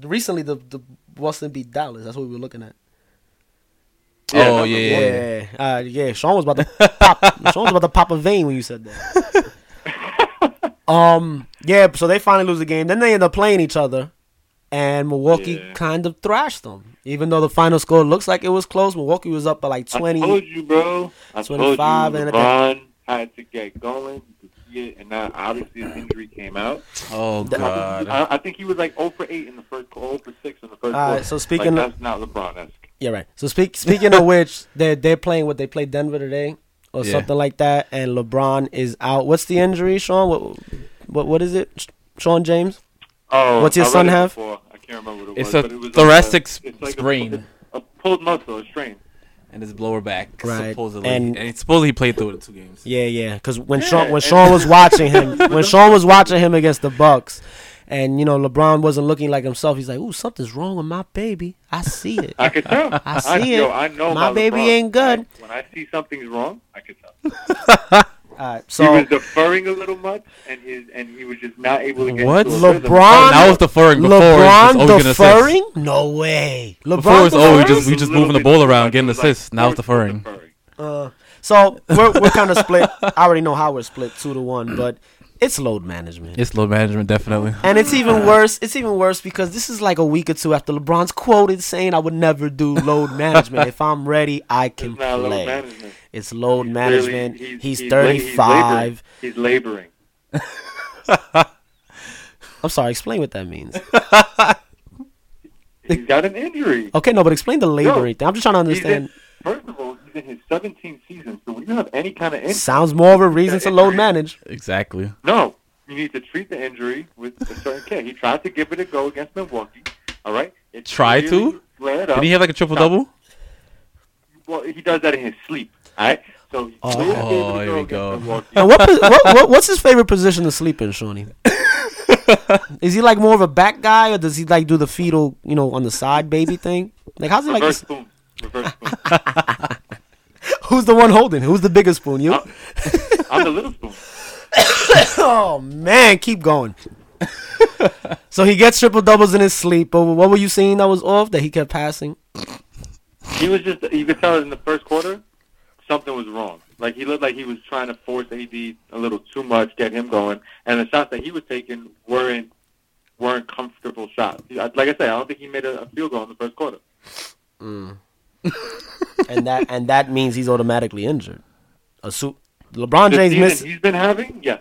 S1: Recently, the the Boston beat Dallas. That's what we were looking at.
S3: Yeah,
S2: oh
S3: no,
S2: yeah, yeah, yeah.
S1: Yeah, yeah. Uh, yeah. Sean was about to pop. Sean was about to pop a vein when you said that. um. Yeah. So they finally lose the game. Then they end up playing each other, and Milwaukee
S3: Yeah.
S1: kind of thrashed them. Even though the final score looks like it was close, Milwaukee was up by like
S3: I told
S1: twenty.
S3: you, bro. I
S1: 25
S3: told you,
S1: and a-
S3: LeBron had to get going. You could see it, and now obviously his injury came out.
S2: Oh
S3: I,
S2: god.
S3: think- I, I think he was like 0 for 8 in the first quarter, 0 for 6 in the first
S1: All
S3: quarter.
S1: right, so speaking
S3: like,
S1: of-
S3: that's not LeBron-esque.
S1: Yeah, right. So speak, speaking of which, they're they're playing what they played Denver today or
S2: Yeah.
S1: something like that, and LeBron is out. What's the injury, Sean? What what what is it, Sh- Sean James?
S3: Oh,
S1: What's your
S3: I read
S1: son
S3: it
S1: have?
S3: Before. I can't remember what it
S2: It's
S3: was.
S2: a
S3: but it was
S2: thoracic
S3: like a, it's like a-
S2: sprain.
S3: A, pulled muscle, a strain.
S2: and his blower back
S1: Right,
S2: supposedly.
S1: and-
S2: And, he supposedly he played through the two games.
S1: Yeah, yeah. Because when
S3: Yeah,
S1: Sean when
S3: and-
S1: Sean was watching him, when Sean was watching him against the Bucks, and you know LeBron wasn't looking like himself, he's like, "Ooh, something's wrong with my baby. I see it."
S3: I could tell.
S1: I see
S3: yo,
S1: it.
S3: I know
S1: My baby
S3: LeBron.
S1: ain't good.
S3: When I see something's wrong, I could tell.
S1: All right,
S3: he
S1: so
S3: was deferring a little much, and his and he was just not able to get
S2: What?
S3: into a
S1: LeBron-
S3: rhythm.
S2: Oh, that was deferring before. it was
S1: LeBron
S2: always getting assists.
S1: deferring? No way.
S2: Before it
S1: LeBron
S2: was always
S1: deferring?
S2: just we just
S3: A little
S2: moving the
S3: bit
S2: ball
S3: deferring.
S2: around, getting
S3: It was like
S2: assists. Now it's
S3: forced
S2: deferring.
S1: Uh, so we're we're kind of split. I already know how we're split two to one, but it's load management.
S2: It's load management definitely.
S1: and it's even worse. It's even worse because this is like a week or two after LeBron's quoted saying, "I would never do load management. If I'm ready, I can
S3: It's not
S1: play."
S3: load management.
S1: It's load management.
S3: Clearly,
S1: he's,
S3: la-
S1: 35.
S3: He's laboring.
S1: I'm sorry. Explain what that means.
S3: He's, laboring. he's got an injury.
S1: Okay, no, but explain the laboring
S3: No.
S1: thing. I'm just trying to
S3: He's in,
S1: understand.
S3: first of all, he's in his 17th season, so when you have any kind of injury,
S1: Sounds more of a reason to load
S3: injury.
S1: manage.
S2: Exactly.
S3: No, you need to treat the injury with a certain care. He tried to give it a go against Milwaukee. All right, it
S2: Try to?
S3: clearly flared up.
S2: Did he have like a triple double?
S3: well, he does that in his sleep. All right, so he
S1: Oh,
S3: clearly gave it a
S2: here
S3: go
S2: we
S3: against
S2: go.
S3: Milwaukee.
S1: And what, pos- what, what what's his favorite position to sleep in, Shawnee? is he like more of a back guy, or does he like do the fetal, you know, on the side baby thing? Like, how's he like?
S3: Reverse boom. Reverse boom.
S1: Who's the one holding? Who's the biggest spoon? You?
S3: I'm- I'm the little spoon.
S1: oh man, keep going. so he gets triple doubles in his sleep. But what were you seeing that was off that he kept passing?
S3: He was just, you could tell in the first quarter, something was wrong. Like, he looked like he was trying to force AD a little too much, get him going. And the shots that he was taking weren't, weren't comfortable shots. He- Like I said, I don't think he made a, a field goal in the first quarter.
S1: And that and that means he's automatically injured. A su- LeBron
S3: The
S1: James
S3: season
S1: missed.
S3: he's been having, yes.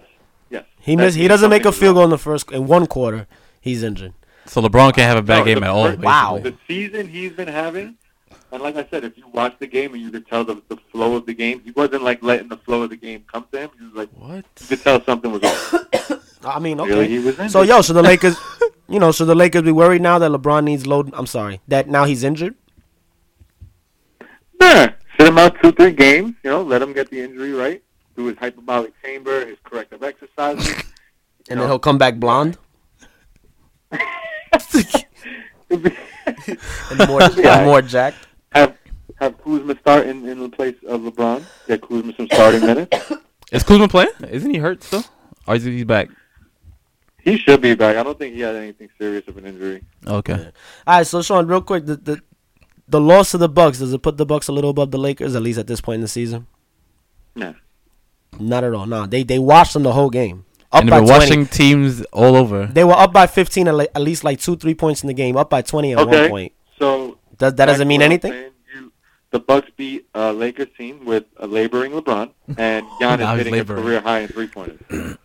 S3: Yes.
S1: He
S3: That
S1: missed. He
S3: means
S1: doesn't make a
S3: something is
S1: field
S3: wrong.
S1: goal in the first in one quarter. He's injured.
S2: So LeBron can't have a bad
S3: No,
S2: game
S3: the
S2: at all.
S3: first-
S2: Basically.
S1: Wow.
S3: The season he's been having, and like I said, if you watch the game and you could tell the, the flow of the game, he wasn't, like, letting the flow of the game come to him. He was like,
S2: What?
S3: you could tell something was off.
S1: I mean, okay.
S3: Really, he was injured.
S1: So yo, should the Lakers, you know, should the Lakers be worried now that LeBron needs load? I'm sorry, that now he's injured.
S3: Nah, sit him out two, three games. You know, let him get the injury right. Do his hyperbolic chamber, his corrective exercises.
S1: And then he'll come back blonde and more, and more jacked.
S3: have have Kuzma start in, in the place of LeBron. Get Kuzma some starting minutes.
S2: Is Kuzma playing? Isn't he hurt still? Or is he back?
S3: He should be back. I don't think he had anything serious of an injury.
S2: Okay.
S1: All right, so Sean, real quick, the, the the loss to the Bucks does it put the Bucks a little above the Lakers at least at this point in the season?
S3: Nah.
S1: Not at all. No, they they watched them the whole game. Up
S2: and
S1: by
S2: they've been
S1: 20.
S2: watching teams all over.
S1: They were up by 15 at, le- at least like two three points in the game. Up by 20 at one
S3: Okay.
S1: point.
S3: So
S1: Does that doesn't
S3: Like
S1: mean
S3: what I'm
S1: anything?
S3: saying, you- the Bucks beat a Lakers team with a laboring LeBron and
S2: Now
S3: Giannis
S2: he's
S3: hitting a
S2: laboring.
S3: career high in three pointers.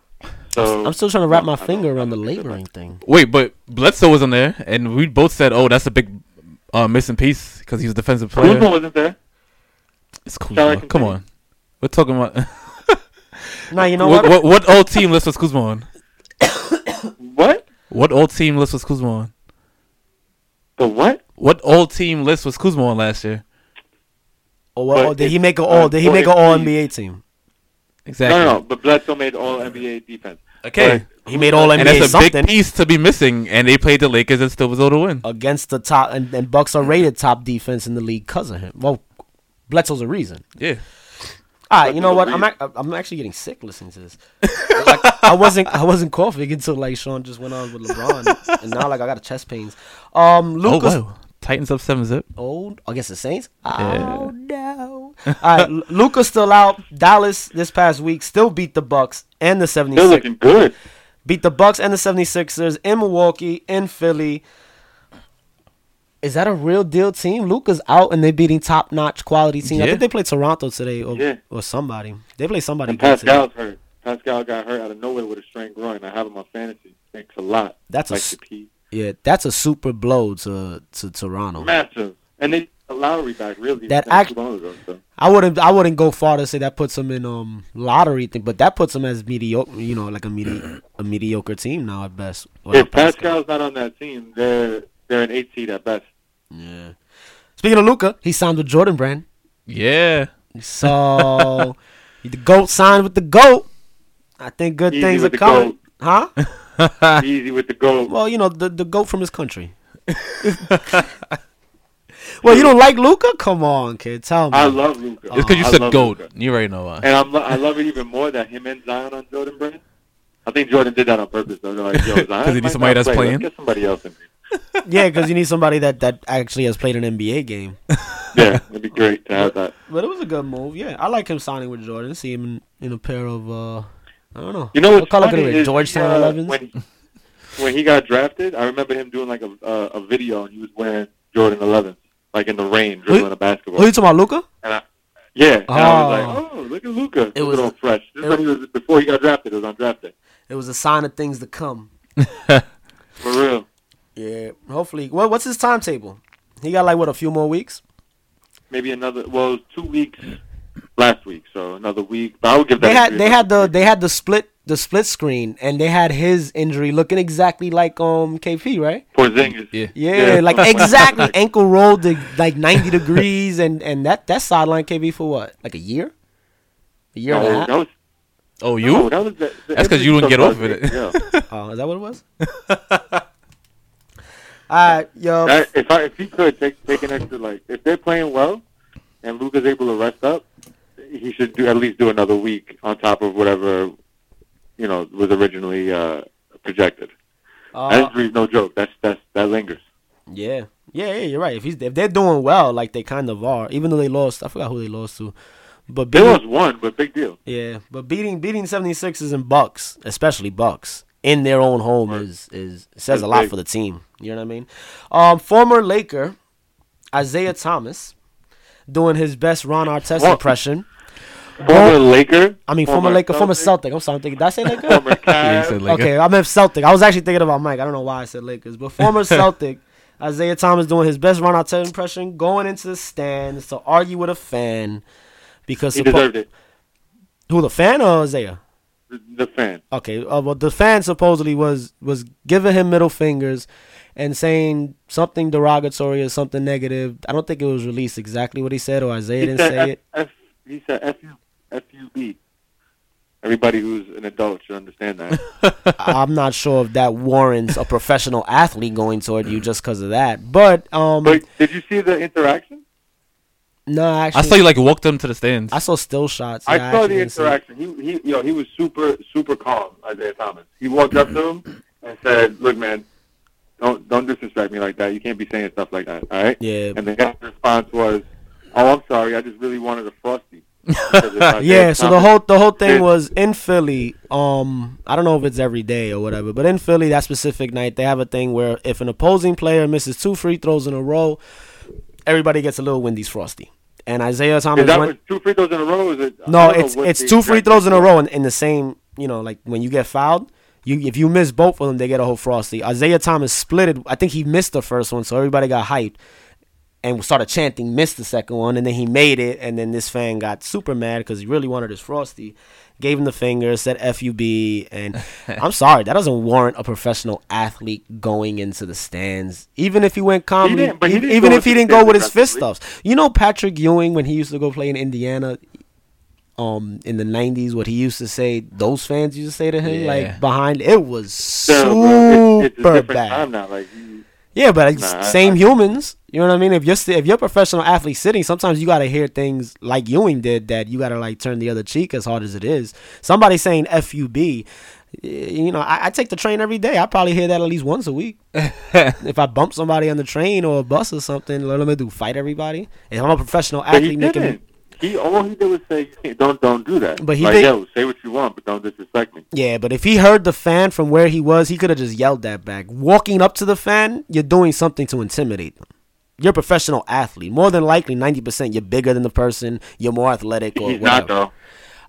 S3: So
S1: I'm still trying to wrap my
S3: I don't-
S1: finger
S3: I
S1: around the
S3: don't think that-
S1: laboring thing.
S2: Wait, but Bledsoe wasn't there, and we both said, "Oh, that's a big uh, missing piece because he was a defensive player."
S3: Kuzma wasn't there.
S2: It's Kuzma.
S3: Sorry,
S2: Come
S3: continue.
S2: on, we're talking about
S1: Now you know
S2: what,
S1: what?
S2: what? What old team list was Kuzma on?
S3: What?
S2: What old team list was Kuzma on?
S3: The what?
S2: What old team list was Kuzma on last year?
S1: Oh, well,
S3: But
S1: oh, did he
S3: it's
S1: make an all? Did he make an
S3: unfortunate.
S1: all NBA team?
S2: Exactly.
S3: No, no, no. But Bledsoe made all NBA defense.
S2: Okay,
S1: He made all
S2: and
S1: NBA
S2: that's a
S1: something
S2: big piece to be missing, and they played the Lakers and still was able to win.
S3: Uh,
S1: against the top, and, and Bucks are rated top defense in the league because of him. Well, Bledsoe's a reason.
S2: Yeah,
S1: All right, Ah, you
S3: That's
S1: know what?
S3: what it
S1: I'm ac- I'm actually getting sick listening to this. like, I wasn't I wasn't coughing until like Sean just went on with LeBron, and now like I got chest pains. Um, Lucas.
S2: Oh wow, Titans up seven zip.
S1: Oh, against the Saints?
S2: Yeah.
S1: Oh no! All right, Luca's still out. Dallas this past week still beat the Bucks and the
S3: They're
S1: 76ers.
S3: looking good.
S1: Beat the Bucks and the 76ers in Milwaukee in Philly. Is that a real deal team? Luca's out and they're beating top notch quality team. I
S2: Yeah.
S1: think they play Toronto today or,
S3: Yeah.
S1: or somebody. They play somebody.
S3: And
S1: good today.
S3: Pascal's hurt. Pascal got hurt out of nowhere with a strained groin. I have him on fantasy. Thanks a lot.
S1: That's a
S3: like
S1: s-
S3: the P.
S1: Yeah, that's a super blow to to Toronto.
S3: massive. And they got Lowry back really
S1: That
S3: not
S1: act-
S3: too long ago. So.
S1: I wouldn't I wouldn't go far to say that puts them in um lottery thing, but that puts them as mediocre, you know, like a medi- a mediocre team now at best.
S3: If Pascal's not on that team, they're they're an eight seed at best.
S1: Yeah. Speaking of Luca, he signed with Jordan Brand,
S2: Yeah.
S1: so the goat signed with the goat. I think good
S3: Easy
S1: things are
S3: with the
S1: coming, huh?
S2: Ah.
S3: Easy with the goal.
S1: Well, you know the the goat from his country. well, you don't like Luca? Come on, kid, tell me.
S3: I love Luca.
S2: It's because you
S3: I
S2: said
S3: love
S2: gold.
S3: Luka.
S2: You already know why.
S3: And I'm lo- I love it even more that him and Zion on Jordan Brand. I think Jordan did that on purpose though. They're like, yo, Zion
S2: 'Cause he needs
S3: might
S2: somebody
S3: not
S2: that's
S3: play.
S2: playing.
S3: Let's get somebody else in there.
S1: yeah, because you need somebody that that actually has played an NBA game.
S3: Yeah, it'd be great to have that.
S1: But it was a good move. Yeah, I like him signing with Jordan. See him in, in a pair of uh, I don't know.
S3: You know what's
S1: what color
S3: funny
S1: could it be?
S3: is
S1: Georgetown
S3: he, uh,
S1: Elevens.
S3: When, when he got drafted, I remember him doing like a a, a video and he was wearing Jordan 11s, like in the rain, dribbling a
S1: Who
S3: basketball.
S1: Oh, you talking about, Luca?
S3: yeah, and I
S1: Oh.
S3: was like, oh, look at Luca.
S1: It
S3: It
S1: was-
S3: was all fresh. This
S1: it-
S3: time he was before he got drafted. It was on draft day.
S1: It was a sign of things to come.
S3: For real.
S1: Yeah, hopefully. Well, what's his timetable? He got like what a few more weeks.
S3: Maybe another. Well, it was two weeks last week, so another week. But I would give that.
S1: They
S3: a
S1: had
S3: three.
S1: they had the they had the split the split screen and they had his injury looking exactly like um KP right.
S3: Porzingis.
S2: Yeah.
S1: Yeah,
S3: Yeah.
S1: like exactly ankle rolled to like ninety degrees and and that that sideline KB for what like a year, a year
S3: No,
S1: and
S3: that
S1: a half.
S3: was,
S2: Oh, you?
S3: no, that was the, the
S2: That's 'cause you
S3: injury
S2: didn't get
S3: stuff
S2: off of it.
S3: was- Yeah.
S1: Oh, is that what it was? All right, yo.
S3: That- if I, if he could take take an extra like if they're playing well, and Luca's able to rest up, he should do at least do another week on top of whatever, you know, was originally uh, projected.
S1: Uh,
S3: that injury's no joke. That's that's that lingers.
S1: yeah. Yeah, yeah, you're right. If he's if they're doing well, like they kind of are, even though they lost, I forgot who they lost to, but
S3: They
S1: beating,
S3: lost one, but big deal.
S1: yeah, but beating beating 76ers and Bucks, especially Bucks in their own home
S3: Right.
S1: is is says a
S3: That's
S1: lot
S3: big.
S1: for the team. You know what I mean? Um, former Laker Isaiah Thomas doing his best Ron Artest
S3: Well-
S1: impression.
S3: Former Laker.
S1: I mean, former, Laker, former Celtic. I'm sorry, I'm thinking, did I say Laker?
S3: Former
S2: Yeah,
S3: Cavs.
S2: he said Laker.
S1: Okay, I meant Celtic. I was actually thinking about Mike. I don't know why I said Lakers, but former Celtic Isaiah Thomas doing his best Ron Artest impression, going into the stands to argue with a fan because
S3: he
S1: suppo-
S3: deserved it.
S1: who the fan or Isaiah?
S3: The, the fan.
S1: Okay, uh, well the fan supposedly was was giving him middle fingers and saying something derogatory or something negative. I don't think it was released exactly what he said, or Isaiah
S3: He
S1: didn't
S3: said
S1: say
S3: F,
S1: it.
S3: F, he said F U F U B. Everybody who's an adult should understand that.
S1: I'm not sure if that warrants a professional athlete going toward you just because of that. But um,
S3: but did you see the interaction?
S1: no, actually,
S2: I saw you like walk them to the stands.
S1: I saw still shots.
S3: I
S1: Yeah,
S3: saw
S1: actually
S3: the
S1: didn't see it.
S3: interaction. He, he, yo, he was super, super calm. Isaiah Thomas. He walked up to him and said, "Look, man, don't, don't disrespect me like that. You can't be saying stuff like that. All right?"
S1: Yeah.
S3: And the guy's response was, "Oh, I'm sorry. I just really wanted a frosty." Because it's Isaiah
S1: Yeah, so the
S3: Thomas.
S1: whole the whole thing
S3: Yeah.
S1: was in Philly. Um, I don't know if it's every day or whatever, but in Philly that specific night they have a thing where if an opposing player misses two free throws in a row, everybody gets a little Wendy's frosty. And Isaiah Thomas
S3: Is that
S1: went.
S3: was two free throws in a row? Is it? I
S1: No,
S3: don't know
S1: it's
S3: what
S1: it's
S3: the
S1: two free
S3: exact-
S1: throws in a row in, in the same. You know, like when you get fouled, you if you miss both of them, they get a whole frosty. Isaiah Thomas split it. I think he missed the first one, so everybody got hyped and started chanting. Missed the second one, and then he made it, and then this fan got super mad because he really wanted his frosty. Gave him the finger, said "fub," and I'm sorry, that doesn't warrant a professional athlete going into the stands. Even if he went calmly,
S3: didn't- but he
S1: e-
S3: didn't
S1: even
S3: go
S1: if he
S3: into the
S1: didn't go
S3: stands
S1: with his fist
S3: aggressively.
S1: ups. You know Patrick Ewing when he used to go play in Indiana, um in the 90s what he used to say those fans used to say to him
S2: Yeah.
S1: like behind it was
S3: Yeah,
S1: super
S3: bro, it's, it's a different
S1: bad
S3: time now. Like, you-
S1: yeah but it's
S3: Nah, I-
S1: same
S3: I-
S1: humans you know what i mean if you're sti- if you're a professional athlete sitting sometimes you gotta hear things like ewing did that you gotta like turn the other cheek as hard as it is somebody saying fub y- you know I, I take the train every day i probably hear that at least once a week if i bump somebody on the train or a bus or something let them do fight everybody if i'm a professional
S3: but he
S1: athlete making
S3: didn't. He all he did was say, "Hey, "Don't, don't do that."
S1: But he
S3: like,
S1: did-
S3: yo, say what you want, but don't disrespect me.
S1: Yeah, but if he heard the fan from where he was, he could have just yelled that back. Walking up to the fan, you're doing something to intimidate them. you're a professional athlete. More than likely, ninety percent, you're bigger than the person. You're more athletic or
S3: He's not
S1: whatever.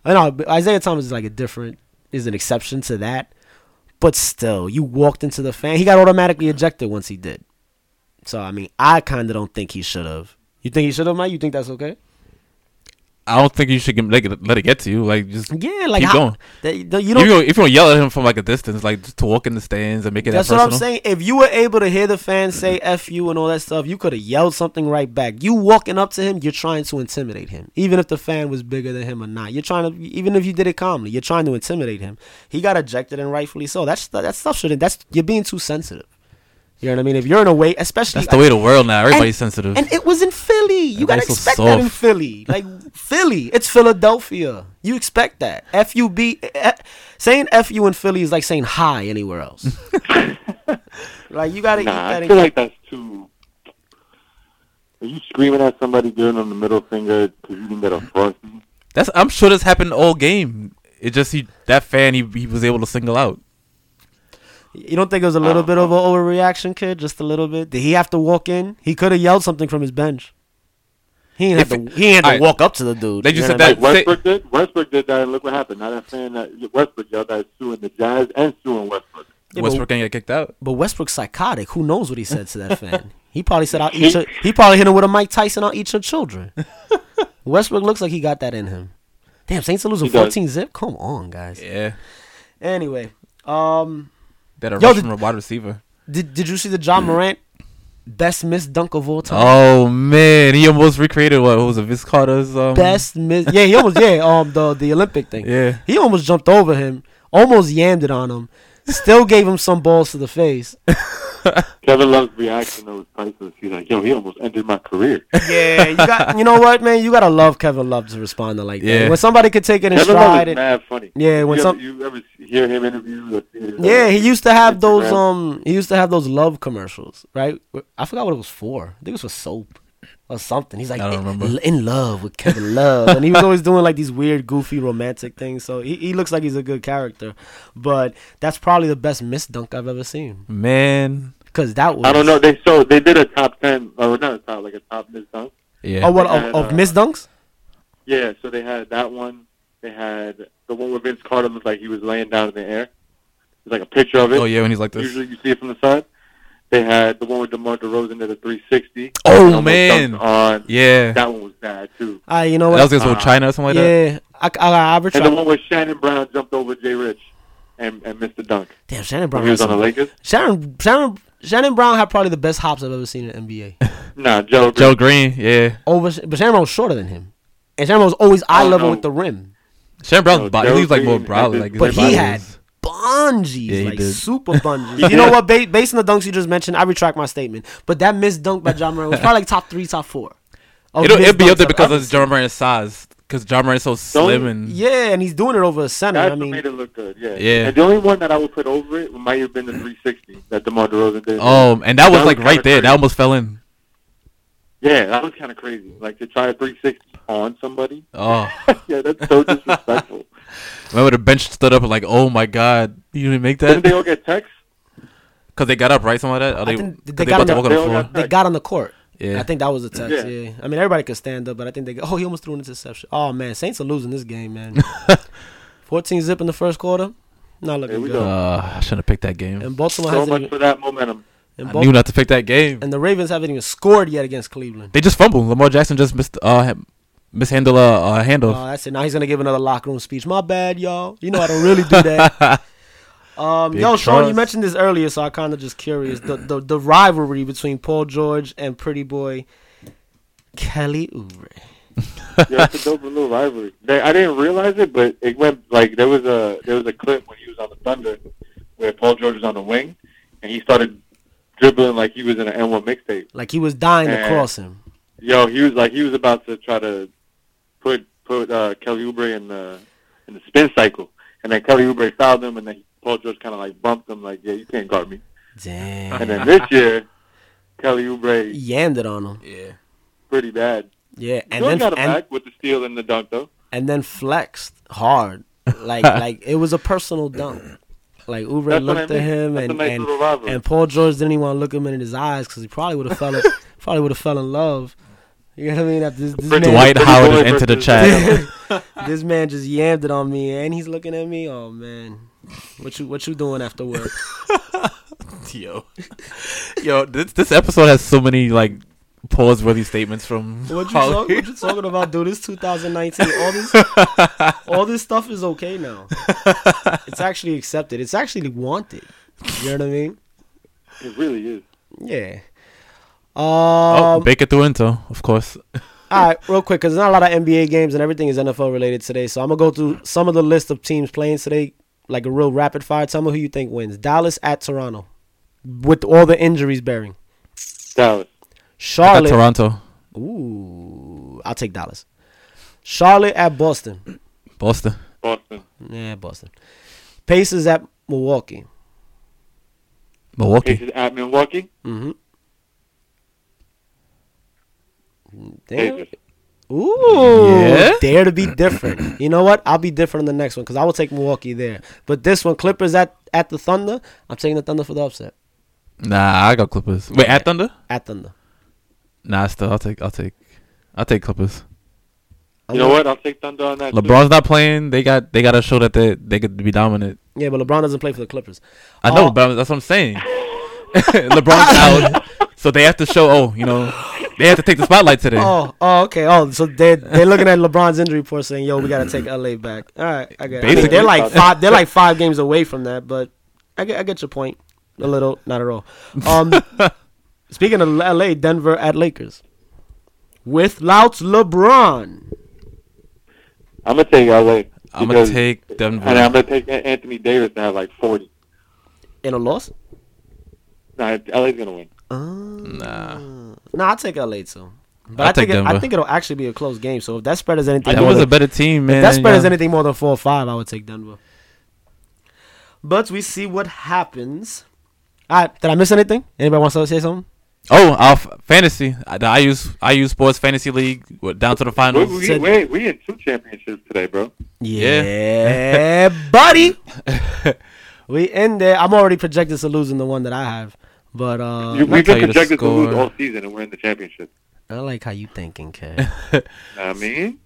S3: though.
S1: I know but Isaiah Thomas is like a different, is an exception to that. But still, you walked into the fan. He got automatically ejected once he did. So I mean, I kind of don't think he should have. You think he should have, Mike? You think that's okay?
S2: I don't think you should get- let it, let it get to you. Like just
S1: Yeah, like
S2: Keep
S1: how-
S2: going.
S1: that- you
S2: if
S1: don't
S2: you gonna- if you're gonna yell at him from like a distance, like just to walk in the stands and make it
S1: That's
S2: that
S1: what I'm
S2: personal.
S1: saying. If you were able to hear the fans say "f you" and all that stuff, you could have yelled something right back. You walking up to him, you're trying to intimidate him, even if the fan was bigger than him or not. You're trying to, even if you did it calmly, you're trying to intimidate him. He got ejected, and rightfully so. That's that stuff shouldn't. That's you're being too sensitive. You know what I mean? If you're in a way, especially
S2: That's the way of the world now. Everybody's sensitive.
S1: and it was in Philly. You gotta
S2: Everybody's so
S1: expect that in
S2: soft.
S1: Philly. Like Philly, it's Philadelphia. You expect that. F U B. eh, Saying F U in Philly is like saying hi anywhere else. like you gotta
S3: Nah, I
S1: eat that.
S3: feel
S1: in-
S3: like that's too. Are you screaming at somebody, giving them the middle finger because you didn't get a frosty?
S2: That's I'm sure this happened all game. It just he that fan he, he was able to single out.
S1: you don't think it was a
S2: Uh-uh.
S1: little bit of an overreaction, kid? Just a little bit. Did he have to walk in? He could have yelled something from his bench. He didn't have to.
S2: If-
S1: He didn't have to
S2: alright.
S1: walk up to the dude.
S2: They just
S1: You know what
S2: said
S1: I
S2: that-
S1: mean?
S3: Like Westbrook did. Westbrook did that, and look what happened. Now that fan that Westbrook yelled that suing the Jazz and suing Westbrook.
S1: Yeah, but-
S2: Westbrook can't get kicked out.
S1: But Westbrook's psychotic. Who knows what he said to that fan? He probably said, "I'll eat your." He probably hit him with a Mike Tyson. I'll eat your children. Westbrook looks like he got that in him. Damn, Saints are losing
S3: He does.
S1: 14 zip. Come on, guys.
S2: Yeah,
S1: Anyway, um,
S2: that a
S1: Yo,
S2: Russian
S1: did-
S2: wide receiver.
S1: did did you see the
S3: Mm-hmm.
S1: John Morant best missed dunk of all
S3: Um.
S1: time?
S2: Oh man, he almost recreated what, what was it, Vince Carter's um,
S1: Best miss. Yeah, he almost yeah. Um, the the Olympic thing.
S2: Yeah.
S1: he almost jumped over him. Almost yammed it on him. Still gave him some balls to the face.
S3: Kevin Love's reaction though was priceless. He's like, "Yo, he almost ended my career."
S1: Yeah, you got. You know what, man? You gotta love Kevin Love to respond to like that.
S2: Yeah.
S1: When somebody could take it in
S3: Kevin Love
S1: stride.
S3: is
S1: and-
S3: mad funny.
S1: Yeah, when
S3: you
S1: some-
S3: ever, you ever hear him interviews or see his, uh,
S1: Yeah, he used to have those
S3: Instagram?
S1: um he used to have those love commercials, right? I forgot what it was for. I think it was for soap or something. He's like
S2: I don't
S1: in,
S2: remember.
S1: in love with Kevin Love. and he was always doing like these weird, goofy romantic things. So he, he looks like he's a good character. But that's probably the best miss dunk I've ever seen.
S2: man.
S1: Because that was
S3: I don't know. They so they did a top ten or not a top like a top this time.
S2: Yeah.
S1: Oh what of, of miss dunks?
S3: Yeah, so they had that one. They had the one where Vince Carter looked like he was laying down in the air. There's like a picture of it.
S2: oh yeah, when he's like this.
S3: Usually you see it from the side. They had the one with DeMar DeRozan did a 360.
S2: Oh,
S3: And almost
S2: man.
S3: dunked On.
S2: yeah, that
S3: That one was bad, too.
S1: Ah, you know what?
S2: was against
S3: Uh,
S2: old China or something like that.
S1: yeah. I, I, I, I
S3: And the
S1: retract.
S3: one where Shannon Brown jumped over Jay Rich and, and missed the dunk.
S1: Damn, Shannon
S3: When
S1: Brown.
S3: he was
S1: had
S3: on
S1: some-
S3: the Lakers?
S1: Shannon Shannon Shannon Brown had probably the best hops I've ever seen in NBA.
S3: Nah, Joe.
S2: Joe Green, yeah.
S1: over, but Shannon was shorter than him, and Shannon was always eye
S3: Oh,
S1: level
S3: no.
S1: with the rim.
S2: Shannon
S3: Yo,
S2: Brown's body,
S3: Joe
S2: he was like more
S3: Green
S2: broadly.
S3: had
S2: Like,
S3: this-
S2: his
S1: But
S2: body
S1: he had
S2: was-
S1: bungees,
S2: Yeah, he
S1: like
S2: did.
S1: super bungees. you know what? Ba- based on the dunks you just mentioned, I retract my statement. But that missed dunk by John Moran was probably like top three, top four. of
S2: It'll,
S1: missed
S2: it'll be
S1: dunks
S2: up there
S1: I've
S2: because
S1: ever-
S2: of John Moran's size. Because John Moran's so slim and
S1: yeah, and he's doing it over a center. I
S3: That's what
S1: mean,
S3: made it look good, yeah.
S2: Yeah.
S3: And the only one that I would put over it might have been the 360 that DeMar DeRozan did.
S2: um, and that was
S3: That
S2: like
S3: was
S2: right
S3: kinda
S2: there. That
S3: crazy.
S2: almost fell in.
S3: Yeah, that was kind of crazy. Like, to try a 360 on somebody?
S2: Oh,
S3: yeah, that's so disrespectful.
S2: remember the bench stood up and like, oh my god, you didn't make
S3: Didn't
S2: that
S3: they all get texts?
S2: because they got up right something like that. Or they,
S1: think they
S2: 'cause they,
S1: got
S2: about to
S1: up-
S2: walk on the
S3: they all
S2: floor.
S3: got-
S1: they got on the court.
S2: Yeah.
S1: I think that was a text.
S3: Yeah.
S1: Yeah. I mean everybody could stand up, but I think they. Got, oh, he almost threw an interception. Oh man, Saints are losing this game, man. Fourteen zip in the first quarter. Not looking
S3: we
S1: good.
S3: go.
S2: Uh, I shouldn't have picked that game.
S1: And Baltimore
S3: So
S1: hasn't.
S3: much
S1: even-
S3: for that momentum.
S1: and
S2: I
S1: Bal-
S2: knew not to pick that game.
S1: and the Ravens haven't even scored yet against Cleveland.
S2: They just fumbled. Lamar Jackson just missed uh ha- mishandled a uh,
S1: Oh,
S2: handoff.
S1: that's it. Now he's gonna give another locker room speech. My bad, y'all. You know I don't really do that. Um,
S2: Big
S1: yo, Sean, you
S2: trust.
S1: mentioned this earlier, so I kind of just curious the, the the rivalry between Paul George and Pretty Boy Kelly Oubre.
S3: yeah, it's a dope little rivalry. They, I didn't realize it, but it went like there was a there was a clip when he was on the Thunder where Paul George was on the wing and he started dribbling like he was in an N one mixtape.
S1: Like he was dying to
S3: Man.
S1: cross him.
S3: Yo, he was like he was about to try to put put uh, Kelly Oubre in the in the spin cycle, and then Kelly Oubre fouled him, and then Paul George kind of like bumped him like, yeah, you can't guard me. And
S1: Damn,
S3: then this year, Kelly Oubre
S1: He yammed it on him.
S2: Yeah.
S3: pretty bad.
S1: Yeah, and then
S3: George got him
S1: and,
S3: back with the steal and the dunk though.
S1: and then flexed hard. Like like it was a personal dunk. Like Uber
S3: That's what I
S1: looked
S3: mean.
S1: at him
S3: That's a
S1: and
S3: nice
S1: and,
S3: little rivalry.
S1: and Paul George didn't even want to look him in his eyes because he probably would have fell probably would have fell in love. You know what I mean? After this, this man,
S3: Pretty-
S4: Dwight
S3: pretty
S4: Howard
S3: boy
S4: has entered the
S3: versus-
S4: chat.
S1: this man just yammed it on me, and he's looking at me. Oh man, what you what you doing after work?
S4: Yo.
S2: Yo, this this episode has so many like pause-worthy statements from.
S1: What you,
S2: Holly.
S1: talk, what you talking about, dude? It's 2019. All this, all this stuff is okay now. It's actually accepted. It's actually wanted. You know what I mean?
S3: It really is.
S1: Yeah. Um,
S2: Oh, Baker threw into, of course.
S1: All right, real quick, because there's not a lot of NBA games and everything is NFL related today. So I'm going to go through some of the list of teams playing today, like a real rapid fire. Tell me who you think wins. Dallas at Toronto, with all the injuries bearing.
S3: Dallas.
S2: At
S1: Charlotte.
S2: Toronto,
S1: Ooh, I'll take Dallas. Charlotte at Boston.
S2: Boston,
S3: Boston.
S1: Yeah, Boston. Pacers at Milwaukee.
S2: Milwaukee.
S3: Pacers at Milwaukee.
S1: Mm-hmm. Damn.
S3: Pacers.
S1: Ooh,
S2: Yeah?
S1: dare to be different. You know what? I'll be different on the next one because I will take Milwaukee there. But this one, Clippers at at the Thunder. I'm taking the Thunder for the upset.
S2: Nah, I got Clippers. Wait, at Thunder?
S1: At Thunder.
S2: Nah, still, I'll take, I'll take, I'll take Clippers.
S1: I'm
S3: You know
S1: gonna-
S3: what? I'll take Thunder on that. too.
S2: LeBron's not playing. They got, they got to show that they, they could be dominant.
S1: Yeah, but LeBron doesn't play for the Clippers.
S2: I know,
S1: Uh,
S2: but that's what I'm saying. LeBron's out, so they have to show. Oh, you know, they have to take the spotlight today.
S1: Oh, oh, okay. Oh, so they they're looking at LeBron's injury report saying, "Yo, we gotta take LA back." All right, I get. It. I mean,
S2: Basically.
S1: they're like five. They're like five games away from that, but I get I get your point. A little, not at all. Um, speaking of LA, Denver at Lakers with Louts LeBron.
S3: I'm gonna take LA.
S2: I'm gonna
S3: because-
S2: take Denver.
S3: And I'm gonna take Anthony Davis to have like 40.
S1: In a loss?
S3: Nah, LA's gonna win.
S2: Nah.
S1: No, I'll take LA too. But
S2: I'll
S1: I think
S2: Mm. take
S1: it, I
S2: Denver.
S1: think it'll actually be a close game. So if that spread is anything,
S2: That
S1: more
S2: was a
S1: than-
S2: better team, man.
S1: if that spread
S2: yeah.
S1: is anything more than four or five, I would take Denver. But we see what happens. All right, did I miss anything? Anybody wants to say something?
S2: Oh, our f- fantasy. I, the IU, IU Sports Fantasy League. We're down to the
S3: We,
S2: finals.
S3: we, we, we in two championships today, bro.
S1: Uh,
S2: Yeah.
S1: Yeah, buddy. we in there. I'm already projected to losing the one that I have. But uh,
S3: You, we've
S2: tell
S3: been
S2: you the
S3: projected to lose
S2: score.
S3: all season, and we're in the championship.
S1: I like how you thinking, kid.
S3: I mean,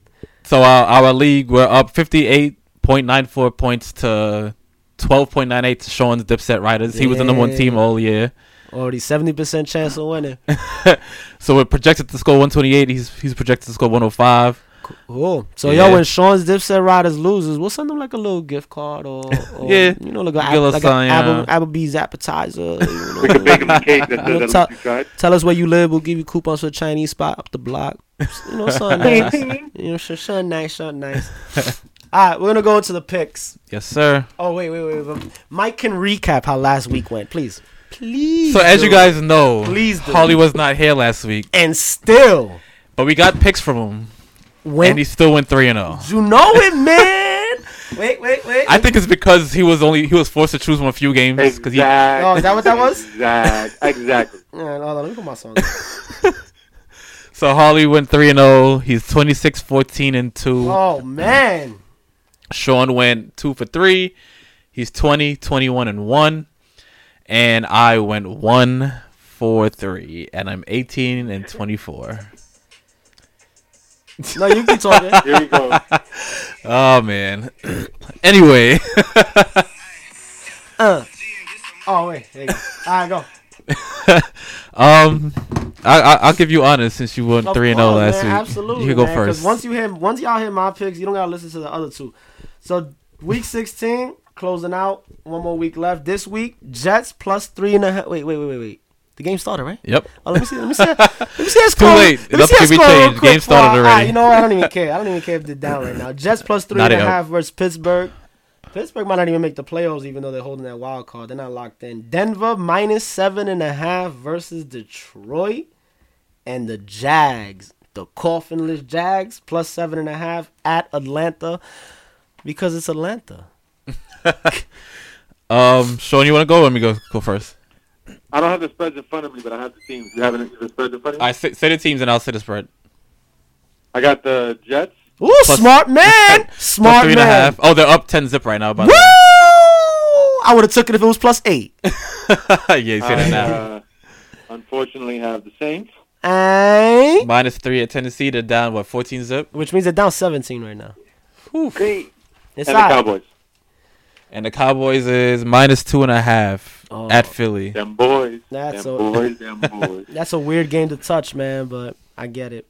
S2: So our, our league, we're up 58.94 points to 12.98 to Sean's Dipset Riders. He was the number one team
S1: Yeah.
S2: all year.
S1: already 70% chance of winning.
S2: So we're projected to score 128. He's he's projected to score 105.
S1: Cool. So
S2: Yeah.
S1: yo, when Sean's Dipset Riders loses, we'll send them like a little gift card or, or
S2: Yeah.
S1: you know, like, a,
S2: Give us
S1: like
S2: some,
S1: a
S2: yeah.
S1: Apple, Applebee's appetizer. you know.
S3: we could bake him a cake that
S1: We'll
S3: says
S1: talk-
S3: that you tried.
S1: Tell us where you live. We'll give you coupons for a Chinese spot up the block. You know, something nice. You know, something something nice, something nice. All right, we're gonna go into the picks.
S2: Yes, sir.
S1: Oh wait, wait, wait. wait. Mike can recap how last week went, please, please.
S2: So as you
S1: do.
S2: guys know,
S1: Please do.
S2: Holly was not here last week,
S1: and still
S2: but we got picks from him,
S1: when
S2: and he still went three and zero.
S1: you know it, man. wait, wait, wait.
S2: I think it's because he was only he was forced to choose from a few games because
S3: Exactly.
S2: he
S1: Oh, is that what that was?
S3: Exactly. exactly.
S1: All right, hold on, let me put my song.
S2: So Holly went 3 and 0. He's 26 14 and 2.
S1: Oh man.
S2: Sean went 2 for 3. He's 20 21 and 1. And I went 1 for 3 and I'm 18 and 24.
S1: No, you keep talking.
S3: Here we go.
S2: Oh man. anyway,
S1: Uh. Oh wait, there you go. All right, go.
S2: um I, I I'll give you honest since you went
S1: Of
S2: 3 and 0
S1: course,
S2: last
S1: man,
S2: week.
S1: Absolutely,
S2: you can go
S1: man, 'cause
S2: first.
S1: Once you hear, once y'all hear my picks, you don't gotta listen to the other two. So week sixteen, closing out. One more week left. This week, Jets plus three and a half. Wait, wait, wait, wait, wait. The game started, right?
S2: Yep.
S1: Oh, let me see. Let me see. Let me see that score.
S2: late.
S1: Let me
S2: It's
S1: see
S2: up
S1: that
S2: to be
S1: score real
S2: changed.
S1: quick
S2: Game started
S1: before I-
S2: already.
S1: ah, You know what? I don't even care. I don't even care if they're down right now. Jets plus three
S2: Not
S1: and a
S2: it up.
S1: half versus Pittsburgh. Pittsburgh might not even make the playoffs, even though they're holding that wild card. They're not locked in. Denver minus seven and a half versus Detroit, and the Jags, the coffinless Jags, plus seven and a half at Atlanta, because it's Atlanta.
S2: Um Sean, you want to go? or Let me go go first.
S3: I don't have the spreads in front of me, but I have the teams. You have the spreads in front of me?
S2: I say, say the teams and I'll say the spread.
S3: I got the Jets.
S1: Ooh,
S2: Plus-
S1: smart man,
S2: Plus
S1: smart
S2: three and a
S1: man.
S2: half. Oh, they're up 10 zip right now by the
S1: Woo!
S2: way.
S1: I would have took it if it was plus eight.
S2: yeah, you say that
S3: I,
S2: now.
S3: uh, unfortunately, have the Saints.
S1: And
S2: Minus three at Tennessee. They're down what 14 zip,
S1: which means they're down 17 right now.
S3: Great.
S1: It's
S3: and
S1: all
S3: the
S1: right.
S3: Cowboys.
S2: and the Cowboys is minus two and a half
S1: Oh.
S2: at Philly.
S3: Them boys.
S1: That's
S3: them
S1: a-
S3: boys. Them boys.
S1: That's a weird game to touch, man, but I get it.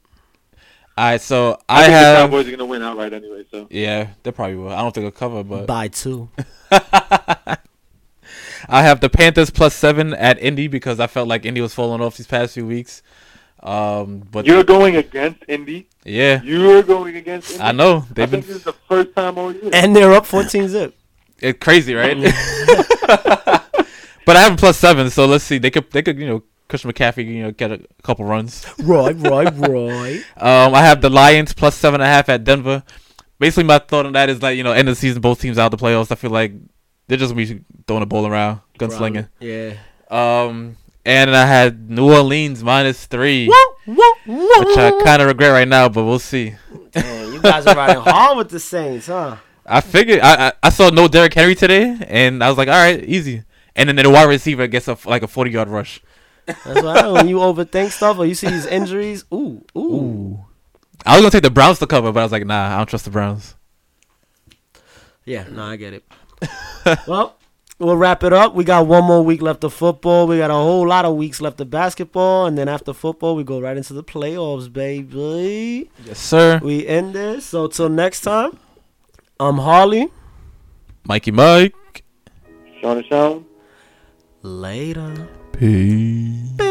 S2: All right, so
S3: I
S2: I,
S3: think the
S2: have.
S3: Cowboys are gonna win outright anyway. So
S2: Yeah, they probably will. I don't think they'll cover, but
S1: By two.
S2: I have the Panthers plus seven at Indy because I felt like Indy was falling off these past few weeks. Um, but
S3: you're going against Indy.
S2: yeah,
S3: You're going against. Indy.
S2: I know
S3: I
S2: they've
S3: think
S2: been
S3: this is the first time all year.
S1: And they're up 14 zip.
S2: it's crazy, right? but I have a plus seven, so let's see. They could they could you know Christian McCaffrey you know get a couple runs.
S1: Right, right, right.
S2: Um, I have the Lions plus seven and a half at Denver. Basically, my thought on that is like you know end of the season, both teams out of the playoffs. I feel like they're just gonna be throwing the ball around, gunslinging.
S1: Yeah.
S2: Um, and I had New Orleans minus three, which I kind of regret right now, but we'll see.
S1: Man, you guys are riding hard with the Saints, huh?
S2: I figured I, I I saw no Derrick Henry today, and I was like, all right, easy. And then the wide receiver gets a, like a forty yard rush.
S1: That's what I when you overthink stuff or you see these injuries. Ooh, ooh.
S2: I was gonna take the Browns to cover, but I was like, nah, I don't trust the Browns.
S1: Yeah, no, I get it. well, we'll wrap it up. We got one more week left of football. We got a whole lot of weeks left of basketball, and then after football, we go right into the playoffs, baby.
S2: Yes, sir.
S1: We end this. So till next time, I'm Harley.
S2: Mikey Mike.
S3: Sean and Sean.
S1: Later.
S2: Peace.